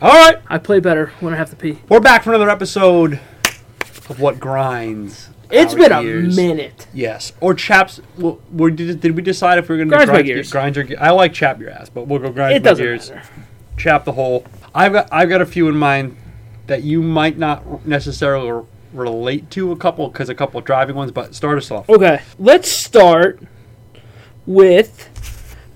All right, I play better when I have to pee. we're back for another episode of What Grinds. It's Our been a Gears. minute. Yes, or chaps. Well, we did, did we decide if we were going to Grinds my gears. grind your? ge- I like chap your ass, but we'll go grind. It my doesn't gears. matter. Chap the hole. I've got I've got a few in mind that you might not necessarily r- relate to a couple because a couple driving ones, but start us off. Okay, let's start with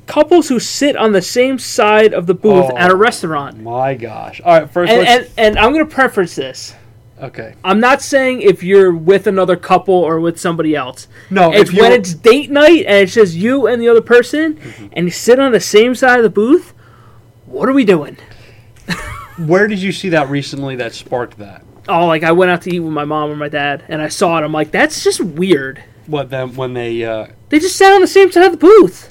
couples who sit on the same side of the booth Oh. at a restaurant. My gosh! All right, first. And, let's- and, and I'm going to preference this. okay. I'm not saying if you're with another couple or with somebody else. No, It's if you when it's date night and it's just you and the other person Mm-hmm. and you sit on the same side of the booth. What are we doing? where did you see that recently that sparked that? Oh, like I went out to eat with my mom or my dad and I saw it. I'm like, that's just weird. What them when they? Uh, They just sat on the same side of the booth.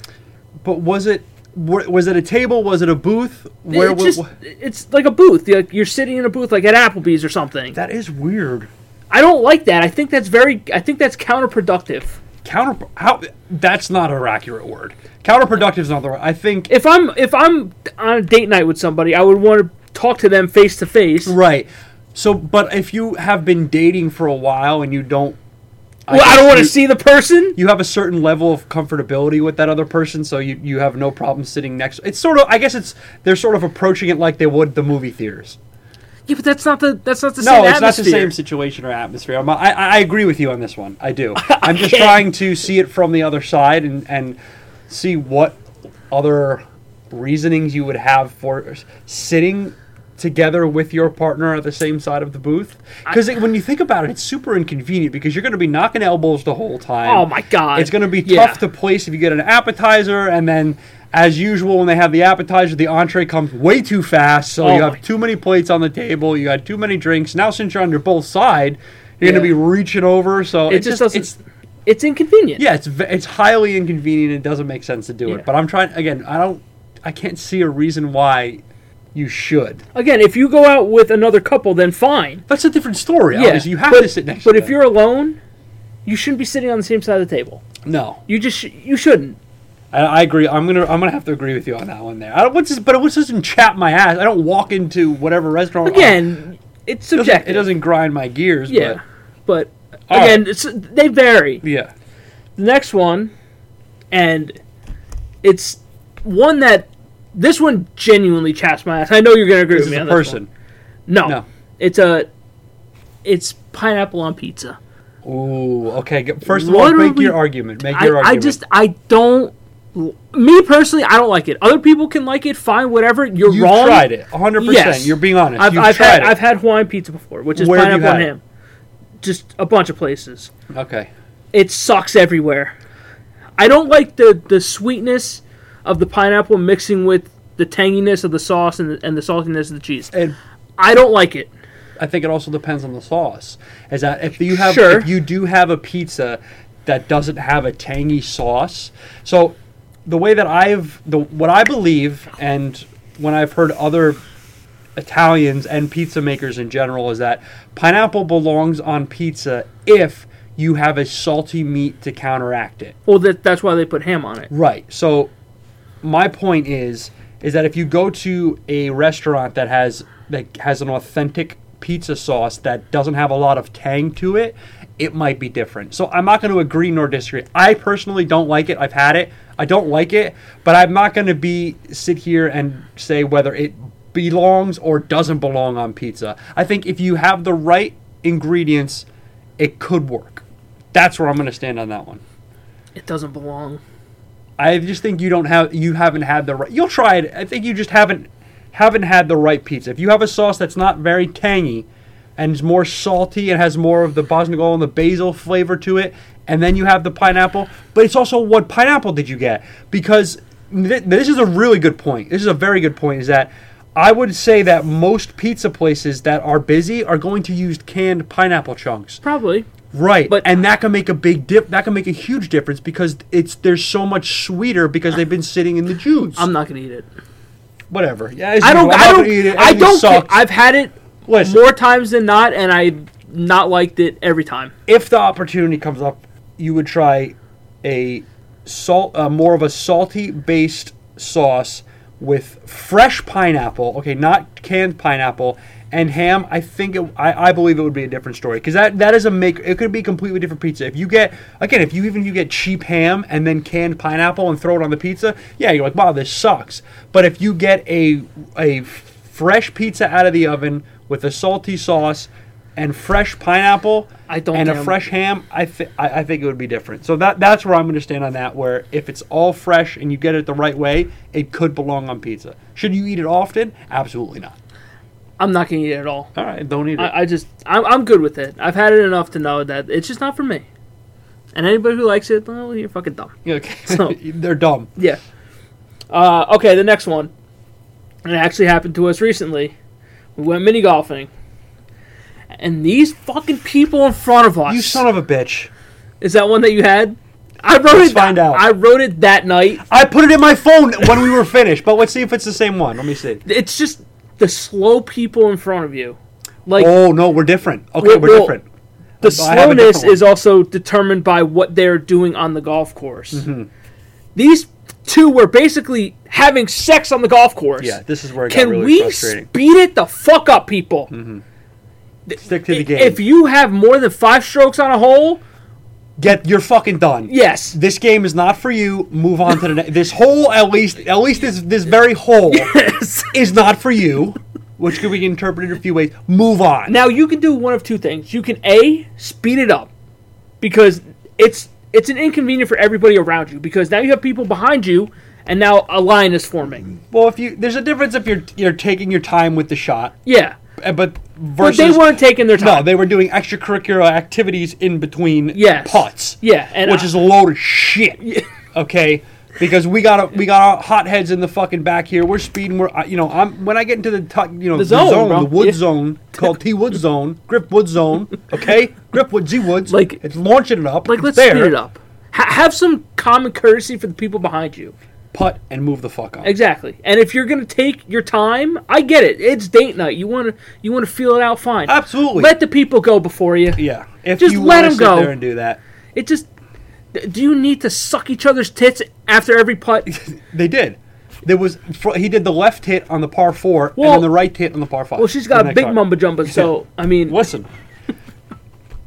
but was it wa- was it a table? Was it a booth? Where it's, was just, it's like a booth. You're, like- you're sitting in a booth like at Applebee's or something. that is weird. I don't like that. I think that's very. I think that's counterproductive. counter how that's not an accurate word counterproductive is not the right i think If I'm if I'm on a date night with somebody, I would want to talk to them face to face. Well, right so but if you have been dating for a while and you don't I don't want to you- see the person. you have a certain level of comfortability with that other person so you, you have no problem sitting next it's sort of i guess it's they're sort of approaching it like they would the movie theaters Yeah, but that's not the that's not the no same it's not the atmosphere. same situation or atmosphere I'm, I, I agree with you on this one i do i'm just trying to see it from the other side and, and see what other reasonings you would have for sitting together with your partner at the same side of the booth because when you think about it it's super inconvenient because you're going to be knocking elbows the whole time Oh my god! it's going to be Yeah. tough to place if you get an appetizer and then as usual when they have the appetizer the entree comes way too fast so Oh you my- have too many plates on the table you had too many drinks now since you're under both side you're going Yeah. to be reaching over so It just doesn't. it's, It's, inconvenient. yeah it's ve- it's highly inconvenient it doesn't make sense to do Yeah. it but i'm trying again i don't i can't see a reason why you should Again, if you go out with another couple, then fine. that's a different story Yeah. obviously you have but, to sit next But to if them. you're alone, you shouldn't be sitting on the same side of the table. no You just sh- you shouldn't. I, I agree. I'm gonna I'm gonna have to agree with you on that one there. I don't, what's this, but what's this doesn't chap my ass. I don't walk into whatever restaurant Again, it's It doesn't, subjective. it doesn't grind my gears. Yeah, but, All again, it's, they vary. But, yeah. The next one, and it's one that this one genuinely chaps my ass. I know you're gonna agree This with is me a on this person. one. No, No. it's a it's pineapple on pizza. Ooh. Okay. go- First of all, What are make we- your argument. Make I, your I argument. just I don't. Me personally, I don't like it. Other people can like it, fine, whatever. You're you wrong. tried it. 100. percent Yes. You're being honest. I've, You've I've tried had I've had Hawaiian pizza before, which is Where have you pineapple on had it? ham. Just a bunch of places. it. Okay. it sucks everywhere. I don't like the, the sweetness of the pineapple mixing with the tanginess of the sauce and the, and the saltiness of the cheese. And I don't like it. I think it also depends on the sauce. Is that if you have Sure. if you do have a pizza that doesn't have a tangy sauce, so the way that I've the what I believe and when I've heard other Italians and pizza makers in general is that pineapple belongs on pizza if you have a salty meat to counteract it. Well, that that's why they put ham on it. Right. So my point is is that if you go to a restaurant that has that has an authentic pizza sauce that doesn't have a lot of tang to it, it might be different. So I'm not going to agree nor disagree. I personally don't like it. I've had it. I don't like it, but I'm not going to be sit here and say whether it belongs or doesn't belong on pizza. I think if you have the right ingredients, it could work. That's where I'm going to stand on that one. It doesn't belong. I just think you don't have you haven't had the right. You'll try it. I think you just haven't haven't had the right pizza. If you have a sauce that's not very tangy and is more salty and has more of the basilico and the basil flavor to it, and then you have the pineapple, but it's also what pineapple did you get? Because th- this is a really good point. This is a very good point. Is that I would say that most pizza places that are busy are going to use canned pineapple chunks. Probably. Right, But- and that can make a big dip. That can make a huge difference because it's they're so much sweeter because they've been sitting in the juice. I'm not gonna eat it. Whatever. Yeah, as I don't. usual, I'm I not don't. gonna eat it. I Everything don't. sucks. I've had it Listen. more times than not, and I not liked it every time. if the opportunity comes up, you would try a salt, uh, more of a salty based sauce with fresh pineapple, okay, not canned pineapple, and ham, I think it, I, I believe it would be a different story because that that is a make. It could be a completely different pizza. If you get again, if you even you get cheap ham and then canned pineapple and throw it on the pizza, yeah, you're like, wow, this sucks. But if you get a a fresh pizza out of the oven with a salty sauce and fresh pineapple I don't and a think I'm- fresh ham, I, th- I I think it would be different. So that that's where I'm going to stand on that. Where if it's all fresh and you get it the right way, it could belong on pizza. Should you eat it often? Absolutely not. I'm not gonna eat it at all. All right, don't eat it. I, I just I'm, I'm good with it. I've had it enough to know that it's just not for me. And anybody who likes it, well, you're fucking dumb. Okay. So- They're dumb. Yeah. Uh, okay, the next one. And It actually happened to us recently. We went mini golfing, and these fucking people in front of us. You son of a bitch. is that one that you had? I wrote Let's it. find out. I wrote it that night. I put it in my phone when we were finished, but let's see if it's the same one. Let me see. It's just the slow people in front of you. Like Oh, no, we're different. Okay, Well, we're well, different. the I have a different slowness one. is also determined by what they're doing on the golf course. Mm-hmm. These two were basically having sex on the golf course. Yeah, this is where it Can got really we frustrating. Hmm. speed it the fuck up, people? Stick to the game. If you have more than five strokes on a hole, Get you're fucking done. yes. This game is not for you. Move on to the next. This hole, at least, at least this this very hole Yes. is not for you, which could be interpreted a few ways. Move on. Now you can do one of two things. You can a speed it up because it's it's an inconvenience for everybody around you because now you have people behind you and now a line is forming. well, if you there's a difference if you're you're taking your time with the shot, Yeah. uh, but But versus they weren't taking their no, time. they were doing extracurricular activities in between Yes. putts. Yeah, and which I- is a load of shit. Okay, because we got a, we got our hotheads in the fucking back here. We're speeding. We're uh, you know I'm when I get into the tu- you know the zone, bro. the wood Yeah. zone called T Wood Zone, Grip Wood Zone. Okay, Grip Wood Z Woods. Like- it's launching it up. Like, it's let's there, speed it up. Ha have some common courtesy for the people behind you. Putt and move the fuck up. Exactly. And if you're gonna take your time, I get it. It's date night. You wanna you wanna feel it out. Fine. Absolutely. Let the people go before you. yeah. If Just you let wanna 'em sit go. there and do that. It just. Do you need to suck each other's tits after every putt? They did. There was fr- he did the left hit on the par four Well- and then the right hit on the par five. Well, she's got a big mumbo. mumbo jumbo, so I mean, Listen,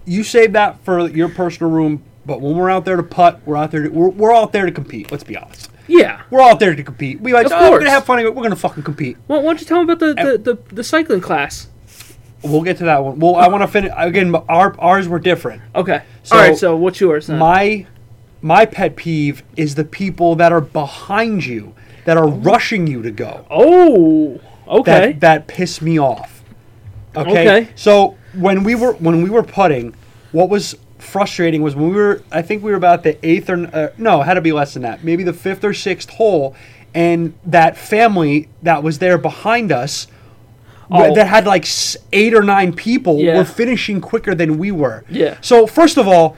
you save that for your personal room, but when we're out there to putt, we're out there. To, we're, we're out there to compete. Let's be honest. yeah. We're out there to compete. We like, Of oh, we're course. gonna have fun. We're gonna fucking compete. Why, why don't you tell me about the, the, the, the cycling class? We'll get to that one. Well, I want to finish again. Our ours were different. Okay. So, All right. So what's yours? Uh, Then? My my pet peeve is the people that are behind you that are rushing you to go. oh. that Okay. that piss me off. Okay? Okay. So when we were when we were putting, what was frustrating was when we were I think we were about the eighth or uh, no, it had to be less than that, maybe the fifth or sixth hole, and that family that was there behind us. wh- Oh. That had like s- eight or nine people Yeah. were finishing quicker than we were. Yeah. So first of all,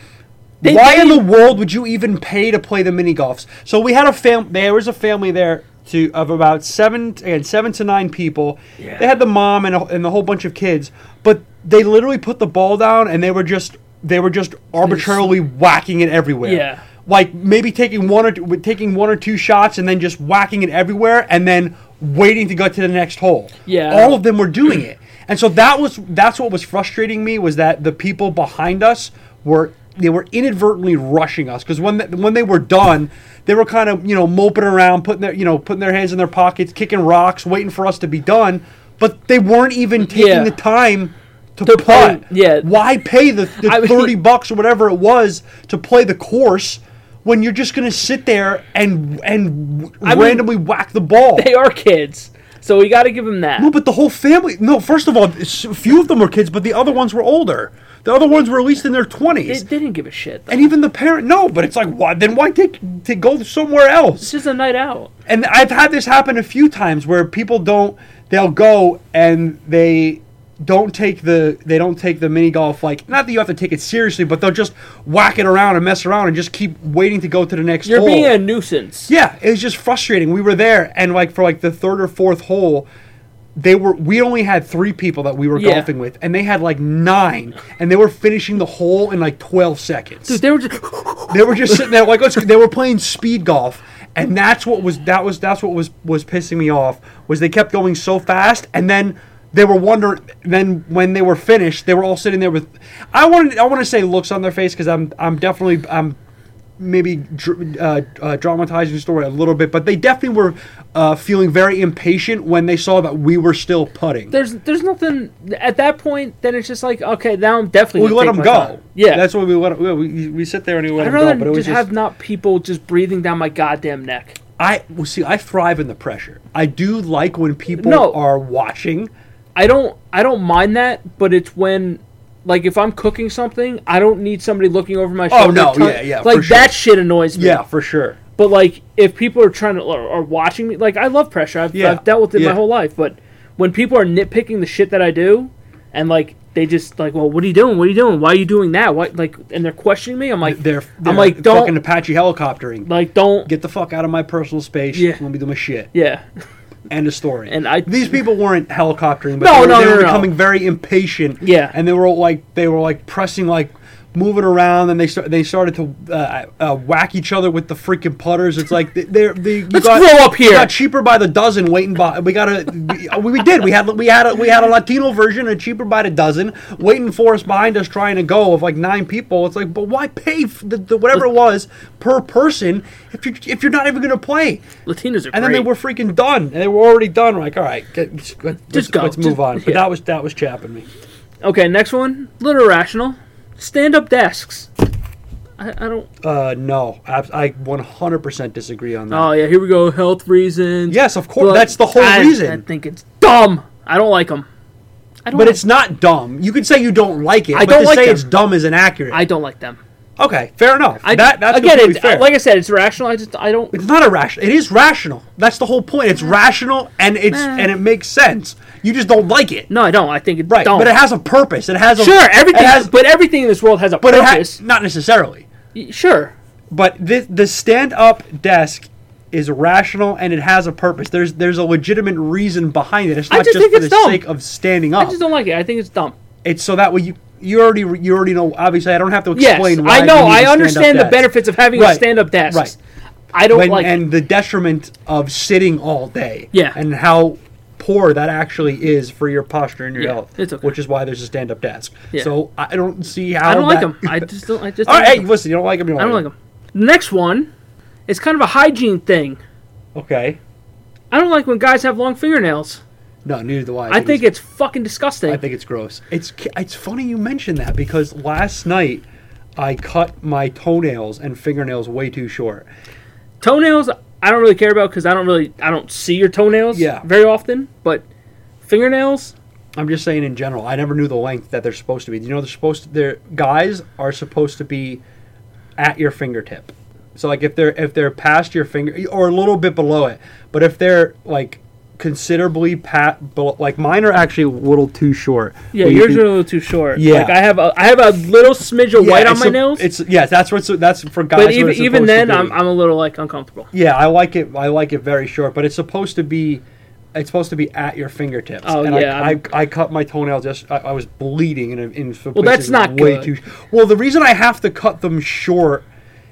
They- why they- in the world would you even pay to play the mini golfs? So we had a fam. There was a family there to of about seven and seven to nine people. Yeah. They had the mom and a, and the whole bunch of kids, but they literally put the ball down and they were just they were just arbitrarily whacking it everywhere. Yeah. Like maybe taking one or two, with- taking one or two shots and then just whacking it everywhere and then waiting to go to the next hole. Yeah. All of them were doing it. And so that was that's what was frustrating me was that the people behind us were they were inadvertently rushing us because when they, when they were done, they were kind of you know moping around, putting their you know putting their hands in their pockets, kicking rocks, waiting for us to be done. But they weren't even taking Yeah. the time to, To play, putt. yeah. Why pay the, the I mean- thirty bucks or whatever it was to play the course when you're just gonna sit there and and mean, randomly whack the ball? they are kids, so we got to give them that. No, but the whole family. No, first of all, s- a few of them were kids, but the other ones were older. The other ones were at least in their They, twenties, they didn't give a shit. Though. and even the parent. No, but it's like why? Then why take to go somewhere else? it's just a night out. And I've had this happen a few times where people don't. They'll go and they don't take the they don't take the mini golf like not that you have to take it seriously, but they'll just whack it around and mess around and just keep waiting to go to the next. You're hole. being a nuisance. Yeah, it was just frustrating. We were there, and like for like the third or fourth hole, they were. We only had three people that we were Yeah. golfing with, and they had like nine, and they were finishing the hole in like twelve seconds. Dude, they were just. They were just sitting there like let's, they were playing speed golf, and that's what was that was that's what was was pissing me off was they kept going so fast and then they were wondering then when they were finished they were all sitting there with i wanted i want to say looks on their face because i'm i'm definitely i'm maybe dr- uh, uh, dramatizing the story a little bit but they definitely were uh, feeling very impatient when they saw that we were still putting There's there's nothing at that point. Then it's just like okay, now I'm definitely we gonna let take them my go time. Yeah, that's what we let 'em- we, we sit there and we let I'd them go rather but it was just, just have not people just breathing down my goddamn neck. I well, see. I thrive in the pressure. I do like when people No. are watching. I don't I don't mind that, but it's when like if I'm cooking something, I don't need somebody looking over my shoulder. Oh, no, trying- yeah, yeah, for Like sure. that shit annoys me. Yeah, for sure. But like if people are trying to or are watching me, like I love pressure. I've, Yeah, I've dealt with it yeah. my whole life, but when people are nitpicking the shit that I do and like they just like, well, what are you doing? What are you doing? Why are you doing that? Why like and they're questioning me. I'm like, They're, they're I'm like, don't fucking Apache helicoptering. like don't Get the fuck out of my personal space. Yeah. Let me do my shit. yeah. End of story. And I- these people weren't helicoptering, but No, they were, no, they no, were no, no. becoming very impatient. Yeah. and they were like they were like pressing like. Moving around, and they start, they started to uh, uh, whack each other with the freaking putters. It's like they- they're they, you Let's got, grow up We here. got cheaper by the dozen waiting by. We got a we, we did. We had we had a, we had a Latino version and cheaper by the dozen waiting for us behind us trying to go of like nine people. It's like, but why pay f- the, the whatever it was per person if you if you're not even gonna play? Latinos are And then they great. were freaking done. And they were already done. We're like, all right, get, let's, let's- Just go. Let's Just- move on. But yeah. that was that was chapping me. Okay, next one. Little irrational. Stand up desks. I, I don't. Uh, no, abs- I 100% disagree on that. Oh yeah, here we go. Health reasons. Yes, of course. But That's the whole I- reason. I think it's dumb. I don't like them. I don't. but like- it's not dumb. You could say you don't like it, I but don't to like say them. it's dumb is inaccurate. I don't like them. okay, fair enough. I, that, that's again, completely it, fair. like I said, it's irrational. I just I don't. It's not irrational. It is rational. That's the whole point. It's rational and it's Nah. and it makes sense. You just don't like it, No, I don't. I think it's right? dumb. But it has a purpose. It has a sure everything. It has, but everything in this world has a but it has purpose. not necessarily. Y- sure. But the the stand up desk is rational and it has a purpose. There's there's a legitimate reason behind it. It's I not just just, think for it's the dumb. sake of standing I up. just don't like it. I think it's dumb. It's so that way you you already you already know. Obviously, I don't have to Yes, explain. why I we know. need a I stand-up understand the desk. benefits of having a Right. stand up desk. Right. I don't when, like. and the detriment of sitting all day. Yeah. And how poor that actually is for your posture and your Yeah, health. it's okay. Which is why there's a stand up desk. Yeah. So I don't see how I don't like that- them. I just don't. I just. All don't right, like hey, 'em. listen, you don't like them. You I don't like them. Next one is kind of a hygiene thing. Okay. I don't like when guys have long fingernails. No, neither do I. I think it's, it's fucking disgusting. I think it's gross. It's it's funny you mentioned that because last night I cut my toenails and fingernails way too short. toenails, I don't really care about because I don't really, I don't see your toenails Yeah. very often. But fingernails, I'm just saying in general. I never knew the length that they're supposed to be. You know, they're supposed to. Their guys are supposed to be at your fingertip. So like if they're if they're past your finger or a little bit below it, but if they're like considerably pat, below, like mine are actually a little too short. yeah, Where you yours can- are a little too short. Yeah. like I have a, I have a little smidge of Yeah, white on it's my a- nails. It's yeah, that's what's that's for guys. but what even it's supposed even to then, be. I'm, I'm a little like uncomfortable. Yeah, I like it. I like it very short, but it's supposed to be. It's supposed to be at your fingertips. Oh, and yeah, I, I, I'm- I cut my toenail just. I, I was bleeding in. in Well, that's not way too. good. Well, the reason I have to cut them short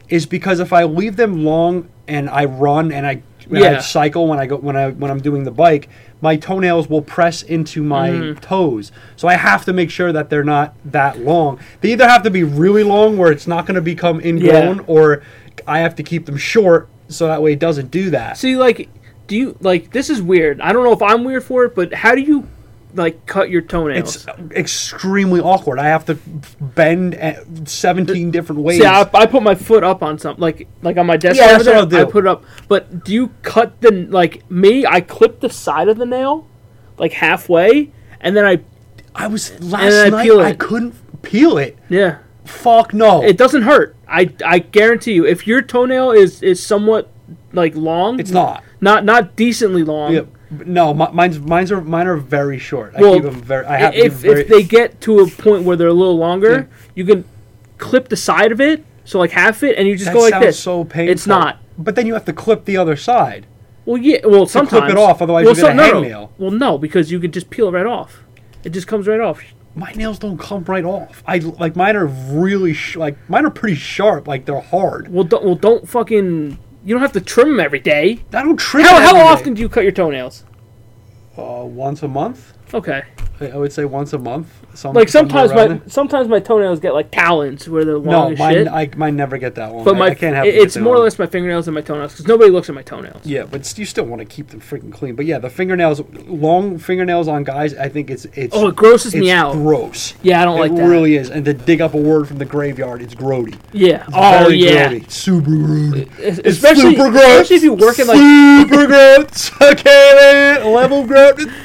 is because if I leave them long and I run and I, and I Yeah. cycle when I go when I when I'm doing the bike, my toenails will press into my Mm-hmm. toes. So I have to make sure that they're not that long. They either have to be really long where it's not going to become ingrown, or I have to keep them short so that way it doesn't do that. See, like, do you like this is weird? I don't know if I'm weird for it, but how do you like cut your toenails? It's extremely awkward. I have to bend at 17 different ways. See, I, I put my foot up on something, like like on my desk. Yeah, over that's what there, I'll do. I put it up. But do you cut the like me? I clip the side of the nail, like halfway, and then I I was And last I night. peel I it. couldn't peel it. yeah. Fuck no. It doesn't hurt. I I guarantee you, if your toenail is is somewhat like long, it's not. not not decently long. Yeah, but no, mi- mine's mine's are mine are very short. I Well, keep them very. I have to keep if 'em very, if they get to a point where they're a little longer, you can clip the side of it, so like half it, and you just that go like sounds this. so painful. It's not. But then you have to clip the other side. Well, yeah. Well, sometimes it off, otherwise well, you get a no, no. hangnail. Well, no, because you could just peel it right off. It just comes right off. My nails don't come right off. I like mine are really sh- like mine are pretty sharp. Like they're hard. Well, don't, well, don't fucking You don't have to trim them every day. I don't trim. How, it every how day. often do you cut your toenails? Uh, once a month. Okay. I I would say once a month. some- Like somewhere sometimes around my there. sometimes my toenails get like talons where they're long no, as mine shit. I mine never get that one. but I- my I can't have it- them get it's that more or one. less my fingernails and my toenails because nobody looks at my toenails. Yeah, but s- you still want to keep them freaking clean. But yeah, the fingernails, long fingernails on guys, I think it's it's Oh, it grosses it's me out. gross. yeah, I don't it like that. really is. And to dig up a word from the graveyard, it's grody. yeah. Oh Very yeah. grody. Super grody. Es- It's Especially super gross. especially if you work in like super gross. Okay, man. level gross.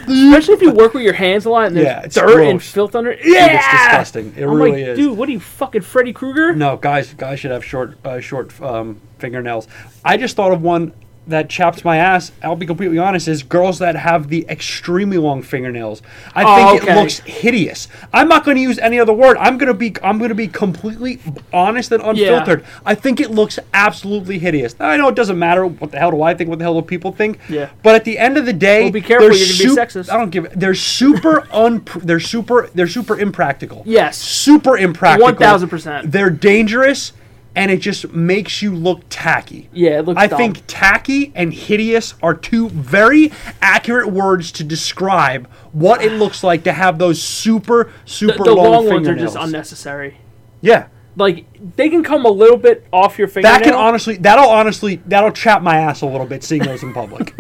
especially if you work with your hands a lot and there's Yeah, it's dirt and gross. filth under. Yeah. It's disgusting. It I'm really like, is. dude, what are you fucking Freddy Krueger? No, guys, guys should have short, uh, short um, fingernails. I just thought of one that chaps my ass. I'll be completely honest: is girls that have the extremely long fingernails. I Oh, think okay. it looks hideous. I'm not going to use any other word. I'm going to be, I'm going to be completely honest and unfiltered. I think it looks absolutely hideous. Now, I know it doesn't matter. What the hell do I think? What the hell do people think? Yeah. But at the end of the day, Well, be careful, they're you're gonna be sexist. I don't give. They're super un. They're super. They're super impractical. Yes. Super impractical. 1000%. They're dangerous, and it just makes you look tacky. Yeah, it looks. I dumb. think tacky and hideous are two very accurate words to describe what it looks like to have those super, super the, the long, long ones are fingernails. just unnecessary. yeah, Like they can come a little bit off your fingernail. that can honestly, that'll honestly, that'll chap my ass a little bit seeing those in public.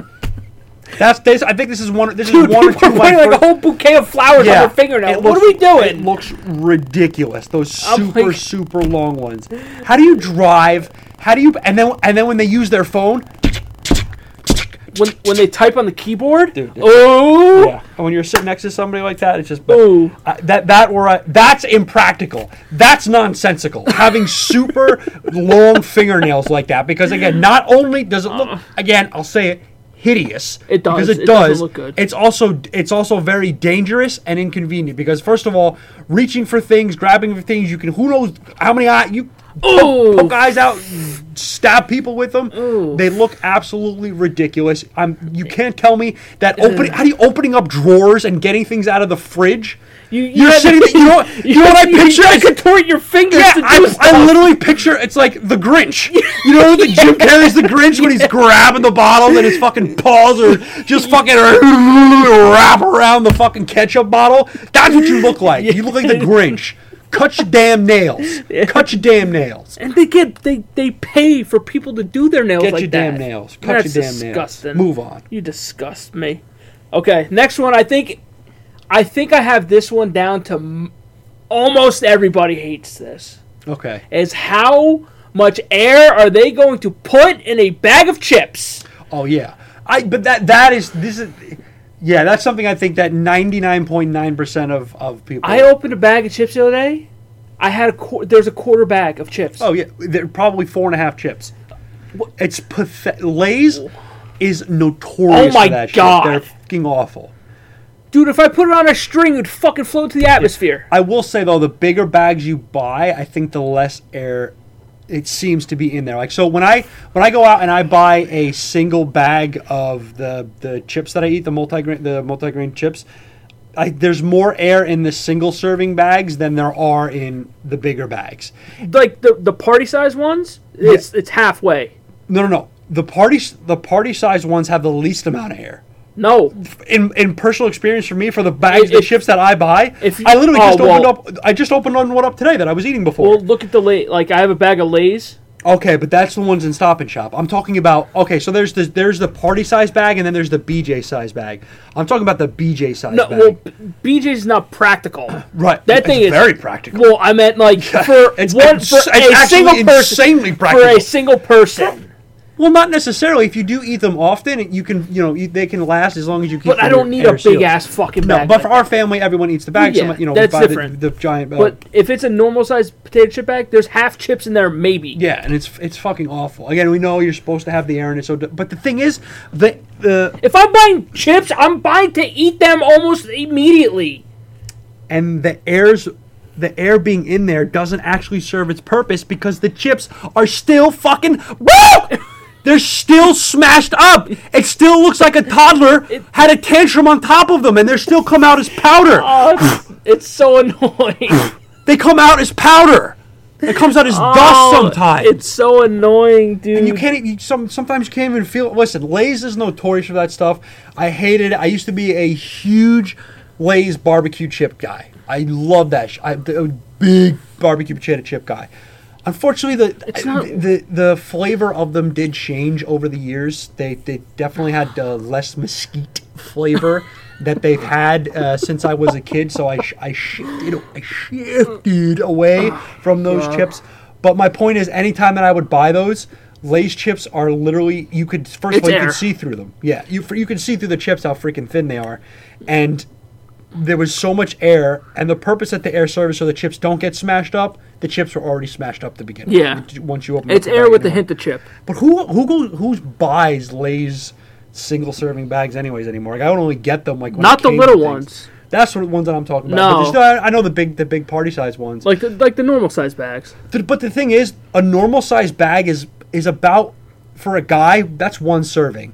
That's this. I think this is one. This Dude, is one or people two. are of my putting like a first- whole bouquet of flowers on their fingernail. it What are we looks- doing? It looks ridiculous. Those I'm super like- super long ones. How do you drive? How do you and then and then when they use their phone? when when they type on the keyboard. Dude, it's- oh, Yeah. And when you're sitting next to somebody like that, it's just Ooh. Uh, that that or I, that's impractical. That's nonsensical. Having super long fingernails like that because again, not only does it look again, I'll say it hideous. Uh. It does. Because it, It doesn't does. look good. It's also it's also very dangerous and inconvenient because first of all, reaching for things, grabbing for things, you can who knows how many eye you Ooh. poke eyes out, stab people with them. Ooh. They look absolutely ridiculous. I'm you can't tell me that opening how do you opening up drawers and getting things out of the fridge? You, You're had- sitting. You know. what- You know what I you picture? had It's- to contort your fingers yeah, to do I, stuff. I literally picture it's like the Grinch. You know, the Jim Carrey's the Grinch when he's grabbing the bottle and his fucking paws are just fucking wrap around the fucking ketchup bottle. That's what you look like. You look like the Grinch. Cut your damn nails. Cut your damn nails. and they get they they pay for people to do their nails Get like your that. damn nails. Cut That's your damn disgusting. nails. Move on. You disgust me. Okay, next one. I think, I think I have this one down to m- almost everybody hates this. Okay. Is how much air are they going to put in a bag of chips? Oh yeah. I but that that is this is yeah that's something I think that ninety nine point nine percent of of people. I opened a bag of chips the other day. I had a qu- there's a quarter bag of chips. Oh yeah, they're probably four and a half chips. It's pathetic. Lay's is notorious. Oh my for that shit. God. They're fucking awful. Dude, if I put it on a string, it'd fucking float to the atmosphere. I will say though, the bigger bags you buy, I think the less air it seems to be in there. Like so, when I when I go out and I buy a single bag of the the chips that I eat, the multigrain the multigrain chips. I, there's more air in the single serving bags than there are in the bigger bags. Like the the party size ones, it's it's halfway. No, no, no. The party the party size ones have the least amount of air. No, in in personal experience for me for the bags, the If- chips that I buy, if you- I literally oh, just opened well- up. I just opened on one up today that I was eating before. well look at the lay. Like I have a bag of Lay's. okay, but that's the ones in Stop and Shop. I'm talking about. Okay, so there's the there's the party size bag and then there's the BJ size bag. I'm talking about the BJ size No, bag. well, B- BJ's not practical. right, that it's thing is- very practical. Well, I meant like for it's one abs- for it's a actually single person. insanely For practical. a single person, well, not necessarily. If you do eat them often, you can you know you, they can last as long as you keep. but I them don't in need air a big sealed. ass fucking No, bag. but like for that. our family, everyone eats the bag. Yeah, so, you know, that's we buy different. The, the giant. Uh, but if it's a normal sized potato chip bag, there's half chips in there, maybe. Yeah, and it's it's fucking awful. Again, we know you're supposed to have the air in it, so but the thing is, the the If I'm buying chips, I'm buying to eat them almost immediately. and the air's the air being in there doesn't actually serve its purpose because the chips are still fucking They're still smashed up. It still looks like a toddler had a tantrum on top of them, and they still come out as powder. Oh, it's, it's so annoying. They come out as powder. It comes out as Oh, dust sometimes. It's so annoying, dude. and you can't. e, You, some sometimes you can't even feel. Listen, Lay's is notorious for that stuff. I hated. it. I used to be a huge Lay's barbecue chip guy. I love that. Sh- I a big barbecue potato chip guy. Unfortunately, the It's not- the the flavor of them did change over the years. They they definitely had uh, less mesquite flavor that they've had uh, since I was a kid. So I sh- I shifted I shifted away from those Yeah. chips. But my point is, anytime that I would buy those, Lay's chips are literally you could first It's of all you air. could see through them. Yeah, you you could see through the chips how freaking thin they are, and there was so much air, and the purpose that the air service so the chips don't get smashed up. The chips were already smashed up to begin with. Yeah. You- Once you open It's up the air bag with a anyway. hint of chip. But who who goes who buys Lay's single serving bags anyways anymore? Like I would only get them like when Not it the came little to things. ones. That's the ones that I'm talking about. No. But there's still- I know the big the big party size ones. Like the, like the normal size bags. Th- But the thing is, a normal size bag is is about for a guy. That's one serving,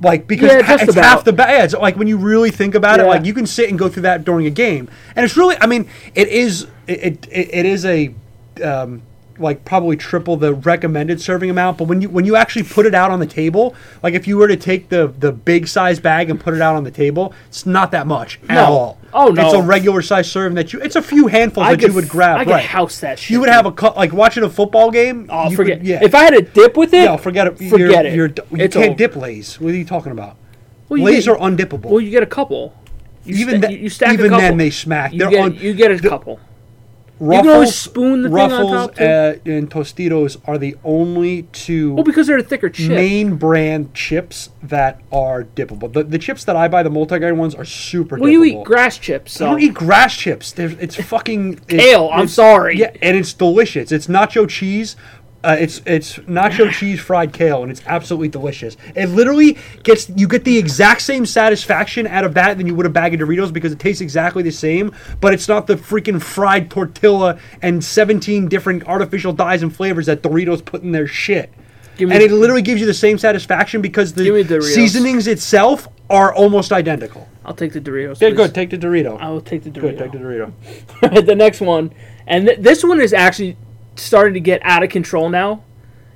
like because Yeah, ha- just it's about. half the bag. Yeah, it's like when you really think about it, Yeah. like you can sit and go through that during a game, and it's really. I mean, it is it it, it is a. Um, like probably triple the recommended serving amount, but when you when you actually put it out on the table, like if you were to take the the big size bag and put it out on the table, it's not that much at No. all. Oh, no. it's a regular size serving that you. It's a few handfuls I that could you would f- grab. I could right. house that shit. You would have a cu- like watching a football game. Oh, you forget. Would, yeah. If I had a dip with it, no, forget it. You're- Forget it. You're, you It's can't over. dip lays. What are you talking about? Well, you lays get- are undippable. Well, you get a couple. You Even sta- tha- you- you stack a even couple. then they smack. You They're get, on- you get a couple. Ruffles, can always spoon the thing on Ruffles, top, too. uh, and Tostitos are the only two Well, because they're a thicker chip. main brand chips that are dippable. The, the chips that I buy, the multi-grain ones, are super. well, dippable. you eat grass chips. So. I don't eat grass chips. There's, it's fucking it's, Kale, I'm it's- sorry. Yeah, and it's delicious. It's nacho cheese. Uh, it's it's nacho cheese fried kale, and it's absolutely delicious. It literally gets you get the exact same satisfaction out of that than you would a bag of Doritos because it tastes exactly the same, but it's not the freaking fried tortilla and 17 different artificial dyes and flavors that Doritos put in their shit. Give me- and it literally gives you the same satisfaction because Give me the Doritos. seasonings itself are almost identical. I'll take the Doritos. Yeah, please. good. Take the Dorito. I will take the Dorito. Good, take the Dorito. the next one, and th- this one is actually starting to get out of control now,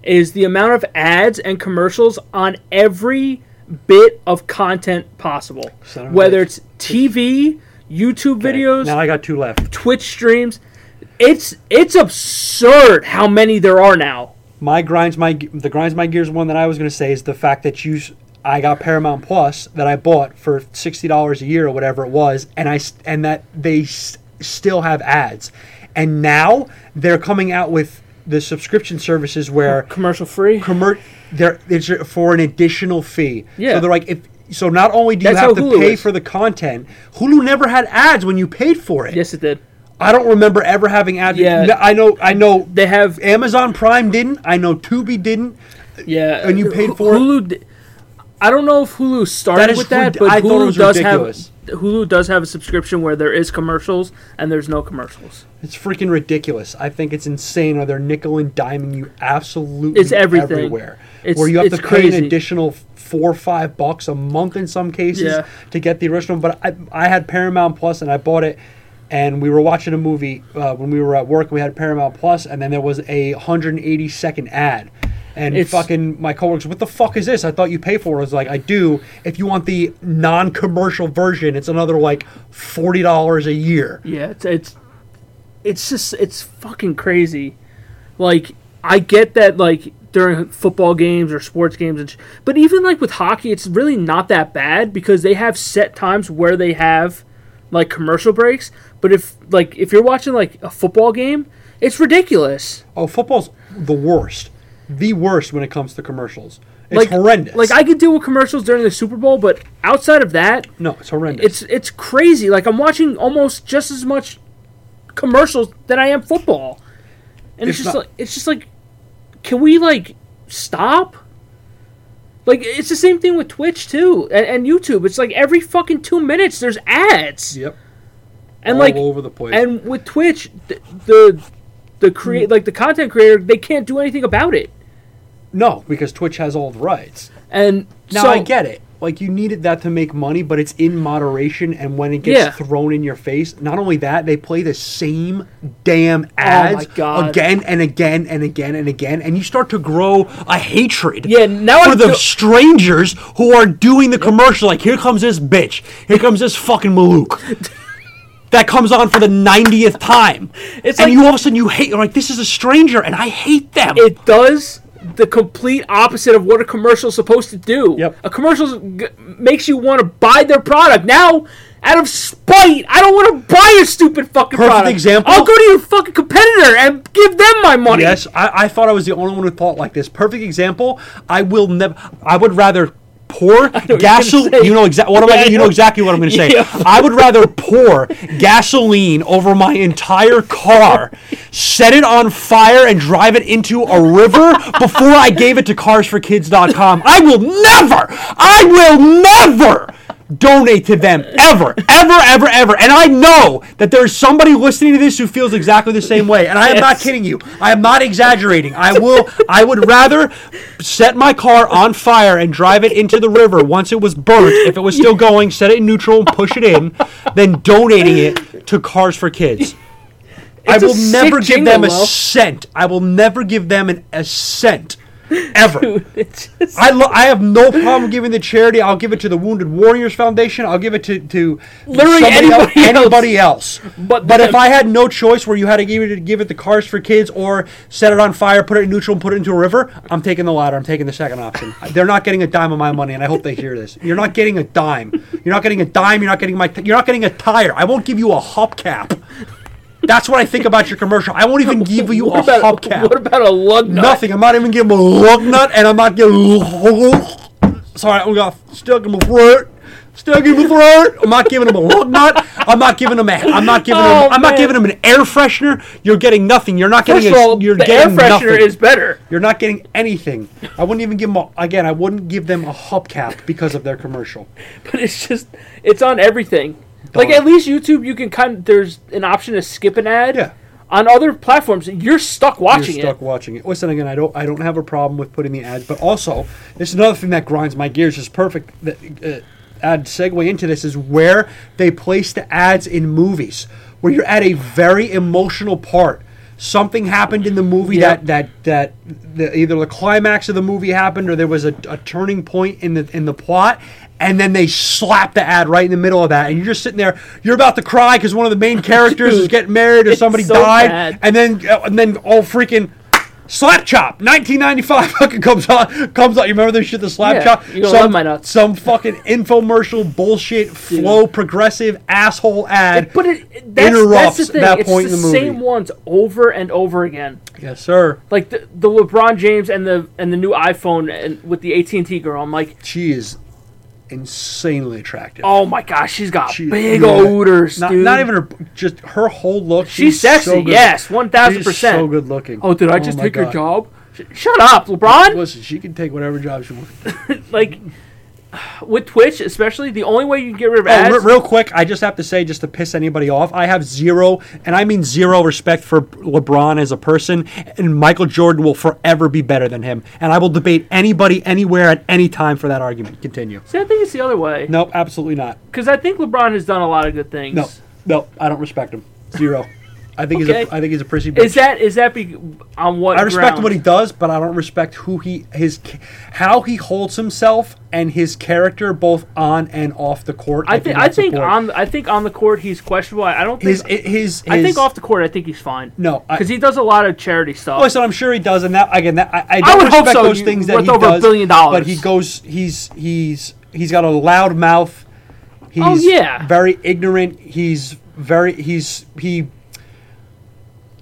is the amount of ads and commercials on every bit of content possible. Son of a bitch. Whether it's TV, YouTube videos, Now I got two left. Twitch streams, it's it's absurd how many there are now. My grinds my the grinds my gears one that I was going to say is the fact that you s- I got Paramount Plus that I bought for sixty dollars a year or whatever it was, and I s- and that they s- still have ads, and now they're coming out with the subscription services where Commercial free. commer- they're, it's for an additional fee. Yeah. So they're like if. So not only do you That's have to how Hulu pay is. for the content, Hulu never had ads when you paid for it. Yes, it did. I don't remember ever having ads. Yeah. I know. I know. They have Amazon Prime didn't. I know Tubi didn't. yeah, And you uh, paid Hu- for it? Hulu. d- I don't know if Hulu started is with that, rid- but I thought it Hulu was does ridiculous. have Hulu does have a subscription where there is commercials and there's no commercials. It's freaking ridiculous. I think it's insane. Are they nickel and diming you absolutely It's everything. everywhere? It's- Where you have it's to pay an crazy. additional four or five bucks a month in some cases Yeah. to get the original. But I, I had Paramount Plus and I bought it, and we were watching a movie uh, when we were at work. We had Paramount Plus, and then there was a 180 second ad. And It's- fucking my coworkers, what the fuck is this? I thought you pay for it. I was like, I do. If you want the non-commercial version, it's another like forty dollars a year. Yeah, it's it's it's just it's fucking crazy. Like I get that like during football games or sports games, and sh- but even like with hockey, it's really not that bad because they have set times where they have like commercial breaks. But if like if you're watching like a football game, it's ridiculous. Oh, football's the worst. The worst when it comes to commercials. It's like horrendous. Like I could deal with commercials during the Super Bowl, but outside of that, no, it's horrendous. it's it's crazy. Like I'm watching almost just as much commercials than I am football, and it's, It's just not- like it's just like, can we like stop? Like it's the same thing with Twitch too and, and YouTube. It's like every fucking two minutes there's ads, yep, and all like over the place. Hmm. and with Twitch, the the, the create like the content creator they can't do anything about it. no, because Twitch has all the rights. And Now so, I get it. like you needed that to make money, but it's in moderation. And when it gets Yeah. thrown in your face, not only that, they play the same damn Oh my ads God. again and again and again and again, and you start to grow a hatred. Yeah, now for I the feel- strangers who are doing the commercial. Like here comes this bitch, here comes this fucking Malouk. That comes on for the 90th time. It's and like- you all of a sudden you hate, you're like, this is a stranger and I hate them. it does the complete opposite of what a commercial's supposed to do. Yep. A commercial g- makes you want to buy their product. Now, out of spite, I don't want to buy your stupid fucking Perfect product. example. I'll go to your fucking competitor and give them my money. Yes, I, I thought I was the only one who thought like this. Perfect example. I will never. I would rather pour gonna gasoline. say. You know exactly what am I? Yeah, I gonna- you know know. exactly what I'm going to say. Yeah. I would rather pour gasoline over my entire car, set it on fire, and drive it into a river before I gave it to CarsForKids.com. I will never. I will never. Donate to them ever, ever, ever, ever. And I know that there's somebody listening to this who feels exactly the same way. And I am not Yes. kidding kidding you. I am not exaggerating. I will. I would rather set my car on fire and drive it into the river once it was burnt, if it was still going, set it in neutral and push it in, than donating it to Cars for Kids. I It's a will never sick give them a jingle, Lo. cent. I will never give them an, a cent, ever. It's just- I lo- I have no problem giving the charity. I'll give it to the Wounded Warriors Foundation. I'll give it to to Literally somebody else- anybody else. anybody else. But But but if them. I had no choice where you had to give it give it to Cars for Kids or set it on fire, put it in neutral, and put it into a river, I'm taking the latter. I'm taking the second option. They're not getting a dime of my money, and I hope they hear this. You're not getting a dime. You're not getting a dime. You're not getting my. T- you're not getting a tire. I won't give you a hubcap. That's what I think about your commercial. I won't even give you a what, about, hubcap. what about a lug nut? Nothing. I'm not even giving him a lug nut, and I'm not giving. Sorry, I'm gonna still give him a throat. Still give him a throat. I'm not giving him a lug nut. I'm not giving him a. I'm not giving him. Oh, I'm not man. giving him an air freshener. You're getting nothing. You're not getting. First of a, all, you're the air getting freshener nothing. is better. You're not getting anything. I wouldn't even give them. A, again, I wouldn't give them a hubcap because of their commercial. but it's just it's on everything. Like Done. at least YouTube, you can kind of, there's an option to skip an ad. Yeah. On other platforms, you're stuck watching you're stuck it. watching it. Listen again, I don't I don't have a problem with putting the ads, but also this is another thing that grinds my gears. Is perfect that uh, ad segue into this is where they place the ads in movies, where you're at a very emotional part. Something happened in the movie Yeah. that that that the, either the climax of the movie happened or there was a, a turning point in the in the plot. And then they slap the ad right in the middle of that, and you're just sitting there. You're about to cry because one of the main characters is Dude, getting married, or it's somebody so died, bad. and then uh, and then all freaking slap chop 1995 fucking comes on comes on you remember this shit the slap Yeah, chop you gonna love my nuts. some fucking infomercial bullshit flow progressive asshole ad But it that's, Interrupts that's the thing. that it's point the, in the movie. same ones over and over again. yes sir Like the, the LeBron James and the and the new iPhone and with the AT and T girl. I'm like, she is insanely attractive oh my gosh, she's got She- big yeah. odors, not, dude. not even her just her whole look she's, sexy. so good. yes, one thousand She's so percent. good looking Oh, did I just my take her God. job? Sh- Shut up, LeBron. listen she can take whatever job she wants like with Twitch, especially, the only way you can get rid of Oh, ads. re- real quick, I just have to say, just to piss anybody off, I have zero, and I mean zero respect for LeBron as a person, and Michael Jordan will forever be better than him. And I will debate anybody, anywhere, at any time for that argument. Continue. See, I think it's the other way. Nope, absolutely not. Because I think LeBron has done a lot of good things. No, no, I don't respect him. Zero. I think he's Okay. a, I think he's a prissy. Bitch. Is that is that be, on what? I respect grounds? what he does, but I don't respect who he his ca- how he holds himself and his character both on and off the court. I do think not I think support. on I think on the court he's questionable. I I don't think. his his, his I think off the court I think he's fine. No, I- because he does a lot of charity stuff. Oh, so I'm sure he does, and that again, that I, I don't would hope respect so, those you- things that worth he over a does. billion dollars. But he goes, he's he's he's got a loud mouth. He's Oh, yeah. very ignorant. He's very he's he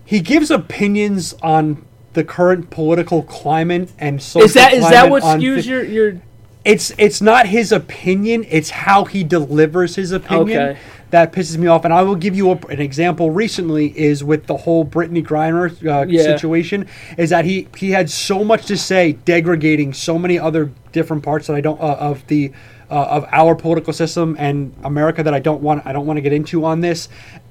he gives opinions on the current political climate and social is that is that climate what on skews thi- your your? it's it's not his opinion it's how he delivers his opinion Okay. that pisses me off and i will give you a, an example recently is with the whole brittany griner uh, Yeah. situation is that he he had so much to say degrading so many other different parts that i don't uh, of the uh, of our political system and america that i don't want i don't want to get into on this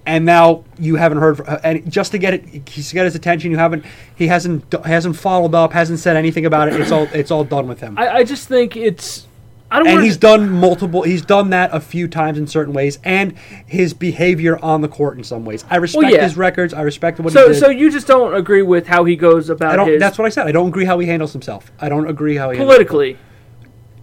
and now you haven't heard, uh, and just to get it, he's got his attention. You haven't, he hasn't, hasn't followed up, hasn't said anything about it. It's all, it's all done with him. I, I just think it's I don't and wanna- he's done multiple. He's done that a few times in certain ways, and his behavior on the court in some ways. I respect yeah. his records. I respect what he So, did. so you just don't agree with how he goes about I don't. his That's what I said. I don't agree how he handles himself. I don't agree how he handles, politically.